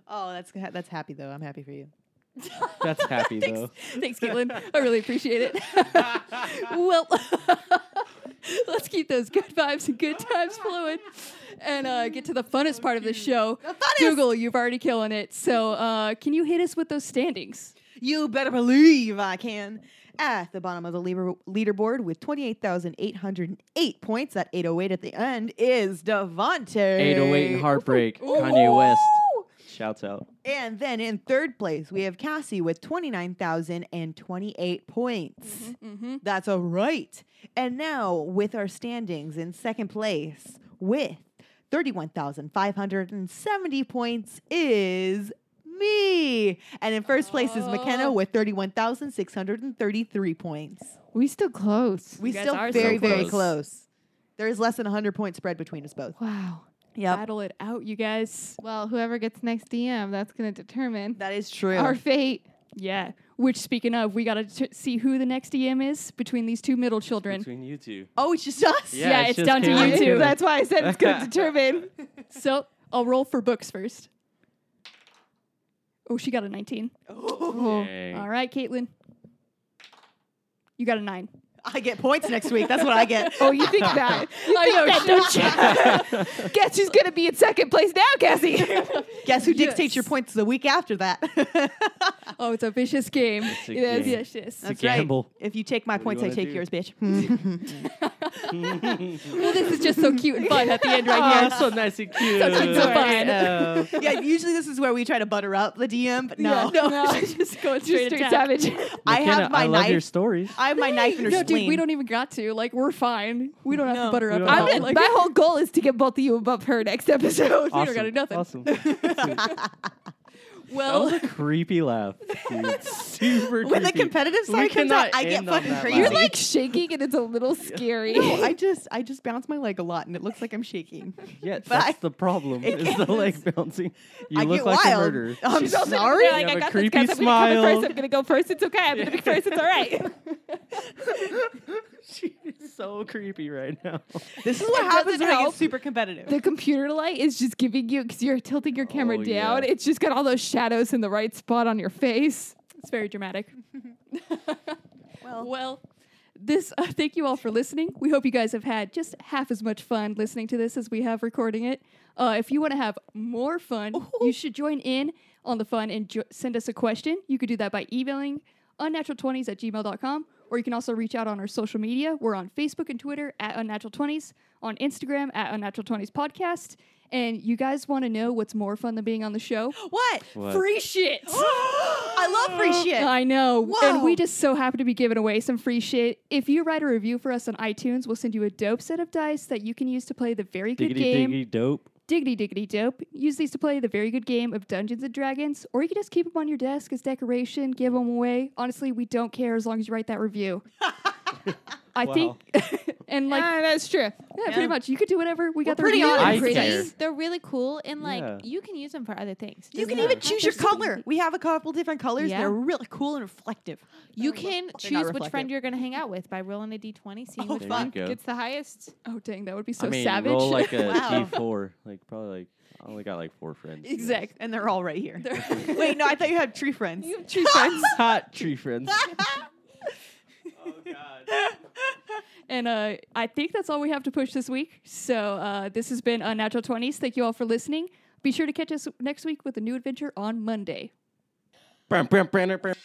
Speaker 4: oh, that's ha- that's happy though. I'm happy for you.
Speaker 2: That's happy
Speaker 1: Thanks.
Speaker 2: though.
Speaker 1: Thanks, Caitlin. I really appreciate it. well, let's keep those good vibes and good times flowing and uh, get to the funnest part of the show. Google, you've already killing it. So, uh, can you hit us with those standings?
Speaker 4: You better believe I can. At the bottom of the leader- leaderboard with 28,808 points at 808 at the end is Devontae.
Speaker 2: 808 Heartbreak, oh Kanye West. Shouts out.
Speaker 4: And then in third place, we have Cassie with 29,028 points.
Speaker 1: Mm-hmm.
Speaker 4: That's all right. And now, with our standings in second place with 31,570 points is me. And in first place is McKenna
Speaker 1: Oh.
Speaker 4: with 31,633 points.
Speaker 3: We still close.
Speaker 4: We
Speaker 1: guys
Speaker 4: still
Speaker 1: are
Speaker 4: very,
Speaker 1: so
Speaker 4: very
Speaker 2: close.
Speaker 4: close. There is less than a 100 point spread between us both.
Speaker 3: Wow.
Speaker 4: Yep.
Speaker 1: Battle it out, you guys.
Speaker 3: Well, whoever gets next DM, that's going to determine
Speaker 4: That is true.
Speaker 3: our fate.
Speaker 1: Yeah. Which, speaking of, we got to t- see who the next DM is between these two middle children.
Speaker 2: Between you two.
Speaker 4: oh, it's just us.
Speaker 1: Yeah, it's down to
Speaker 2: Caitlyn
Speaker 1: you
Speaker 2: and
Speaker 1: two.
Speaker 2: Kevin.
Speaker 3: That's why I said it's going to determine.
Speaker 1: So I'll roll for books first. Oh, she got a 19.
Speaker 3: Oh.
Speaker 2: Dang.
Speaker 1: All right, Caitlin. You got a nine.
Speaker 4: I get points next week. That's what I get.
Speaker 3: Oh, you think that? You
Speaker 1: I
Speaker 3: think
Speaker 1: know,
Speaker 3: that, don't you? Guess who's going to be in second place now, Cassie?
Speaker 4: Guess who dictates your
Speaker 1: Yes.
Speaker 4: points the week after that?
Speaker 1: Oh, it's a vicious game.
Speaker 2: It's a
Speaker 1: Yes,
Speaker 2: game.
Speaker 1: yes, yes.
Speaker 2: That's gamble.
Speaker 4: Right. If you take my
Speaker 2: do
Speaker 4: points,
Speaker 2: you
Speaker 4: I
Speaker 2: wanna
Speaker 4: take
Speaker 2: do?
Speaker 4: yours, bitch.
Speaker 1: Well, this is just so cute and fun at the end right here.
Speaker 2: Aw, Oh, so nice and cute.
Speaker 1: Such a good vibe.
Speaker 2: Yeah.
Speaker 4: yeah, usually this is where we try to butter up the DM, but no,
Speaker 1: Yeah, no,
Speaker 3: No.
Speaker 1: just going
Speaker 3: Just
Speaker 1: straight,
Speaker 3: straight
Speaker 1: attack.
Speaker 3: savage.
Speaker 4: I
Speaker 2: McKenna,
Speaker 4: have my
Speaker 2: I love your
Speaker 4: knife.
Speaker 2: stories.
Speaker 4: I have my knife in her
Speaker 1: No,
Speaker 4: spleen.
Speaker 1: dude, we don't even got to. Like, we're fine. We don't have
Speaker 4: No.
Speaker 1: to butter
Speaker 2: We
Speaker 1: up.
Speaker 2: don't
Speaker 1: at
Speaker 2: have
Speaker 1: all.
Speaker 3: I'm
Speaker 2: to.
Speaker 3: gonna,
Speaker 1: Like,
Speaker 3: my whole goal is to get both of you above her next episode.
Speaker 1: don't gotta do nothing.
Speaker 2: Awesome. That
Speaker 1: well,
Speaker 2: was a creepy laugh, dude. Super
Speaker 4: when the
Speaker 2: creepy.
Speaker 4: competitive
Speaker 2: We
Speaker 4: side comes out,
Speaker 2: cannot
Speaker 4: I get
Speaker 2: end on
Speaker 4: fucking
Speaker 2: that
Speaker 4: crazy.
Speaker 2: laugh.
Speaker 3: You're like shaking and it's a little scary.
Speaker 4: no, I just, I just bounce my leg a lot, and it looks like I'm shaking.
Speaker 2: Yeah,
Speaker 4: But
Speaker 2: that's
Speaker 4: I-
Speaker 2: the problem.
Speaker 4: it
Speaker 2: Is the leg bouncing? You
Speaker 4: I
Speaker 2: look
Speaker 4: get
Speaker 2: like
Speaker 4: wild.
Speaker 2: a murderer.
Speaker 4: I'm
Speaker 3: She's also
Speaker 4: sorry.
Speaker 3: gonna be like,
Speaker 2: You have
Speaker 3: I
Speaker 2: a
Speaker 3: got
Speaker 2: creepy
Speaker 3: this, guys. I'm gonna come in
Speaker 2: smile.
Speaker 3: first. I'm gonna go first. It's okay. I'm gonna be first. It's all right.
Speaker 2: she is so creepy right now.
Speaker 4: This is what
Speaker 3: It
Speaker 4: happens
Speaker 3: doesn't
Speaker 4: when I get
Speaker 3: help.
Speaker 4: super competitive.
Speaker 3: The computer light is just giving you because you're tilting your camera
Speaker 2: Oh,
Speaker 3: down.
Speaker 2: yeah.
Speaker 3: It's just got all those shadows in the right spot on your face.
Speaker 1: It's very dramatic.
Speaker 4: Well-
Speaker 1: well, this. Uh, thank you all for listening. We hope you guys have had just half as much fun listening to this as we have recording it. Uh, if you want to have more fun, you should join in on the fun and jo- send us a question. You could do that by emailing unnatural20s at gmail.com, or you can also reach out on our social media. We're on Facebook and Twitter at unnatural20s, on Instagram at unnatural20s podcast. And you guys want to know what's more fun than being on the show?
Speaker 4: what?
Speaker 2: What?
Speaker 1: Free shit! Oh,
Speaker 4: I love free shit.
Speaker 1: I know. And
Speaker 4: Whoa.
Speaker 1: we just so happen to be giving away some free shit. If you write a review for us on iTunes, we'll send you a dope set of dice that you can use to play the very good
Speaker 2: diggity
Speaker 1: game
Speaker 2: diggity dope.
Speaker 1: Diggity Diggity Dope. Use these to play the very good game of Dungeons and Dragons, or you can just keep them on your desk as decoration, give them away. Honestly, we don't care as long as you write that review. I
Speaker 2: Wow.
Speaker 1: think and like yeah,
Speaker 3: ah, that's true.
Speaker 1: pretty
Speaker 4: Yeah.
Speaker 1: much you could do whatever. We got the
Speaker 4: pretty
Speaker 1: review.
Speaker 4: honest.
Speaker 2: I
Speaker 1: Pretty.
Speaker 2: care.
Speaker 5: They're really cool, and like
Speaker 2: Yeah.
Speaker 5: you can use them for other things.
Speaker 4: You
Speaker 5: Doesn't
Speaker 4: can even
Speaker 5: have
Speaker 4: choose
Speaker 5: to
Speaker 4: your
Speaker 5: just be-
Speaker 4: color. We have a couple different colors.
Speaker 5: Yeah.
Speaker 4: They're really cool and reflective.
Speaker 5: You
Speaker 4: They're
Speaker 5: can
Speaker 4: not
Speaker 5: choose which
Speaker 4: reflective.
Speaker 5: friend you're going to hang out with by rolling a d20, seeing
Speaker 4: Oh,
Speaker 5: which
Speaker 2: There
Speaker 5: one
Speaker 2: you
Speaker 4: fun.
Speaker 2: go.
Speaker 5: gets the highest.
Speaker 1: Oh dang, that would be so
Speaker 2: I mean,
Speaker 1: savage.
Speaker 2: roll like a
Speaker 4: Wow.
Speaker 2: D4. Like probably like I only got like four friends.
Speaker 1: exactly.
Speaker 4: And they're all right here.
Speaker 1: They're-
Speaker 4: Wait, no, I thought you had tree friends.
Speaker 1: have true friends.
Speaker 2: Hot tree friends. oh God.
Speaker 1: And uh, I think that's all we have to push this week. So uh, this has been Unnatural 20s. Thank you all for listening. Be sure to catch us next week with a new adventure on Monday.
Speaker 2: Brum, brum, brum, brum.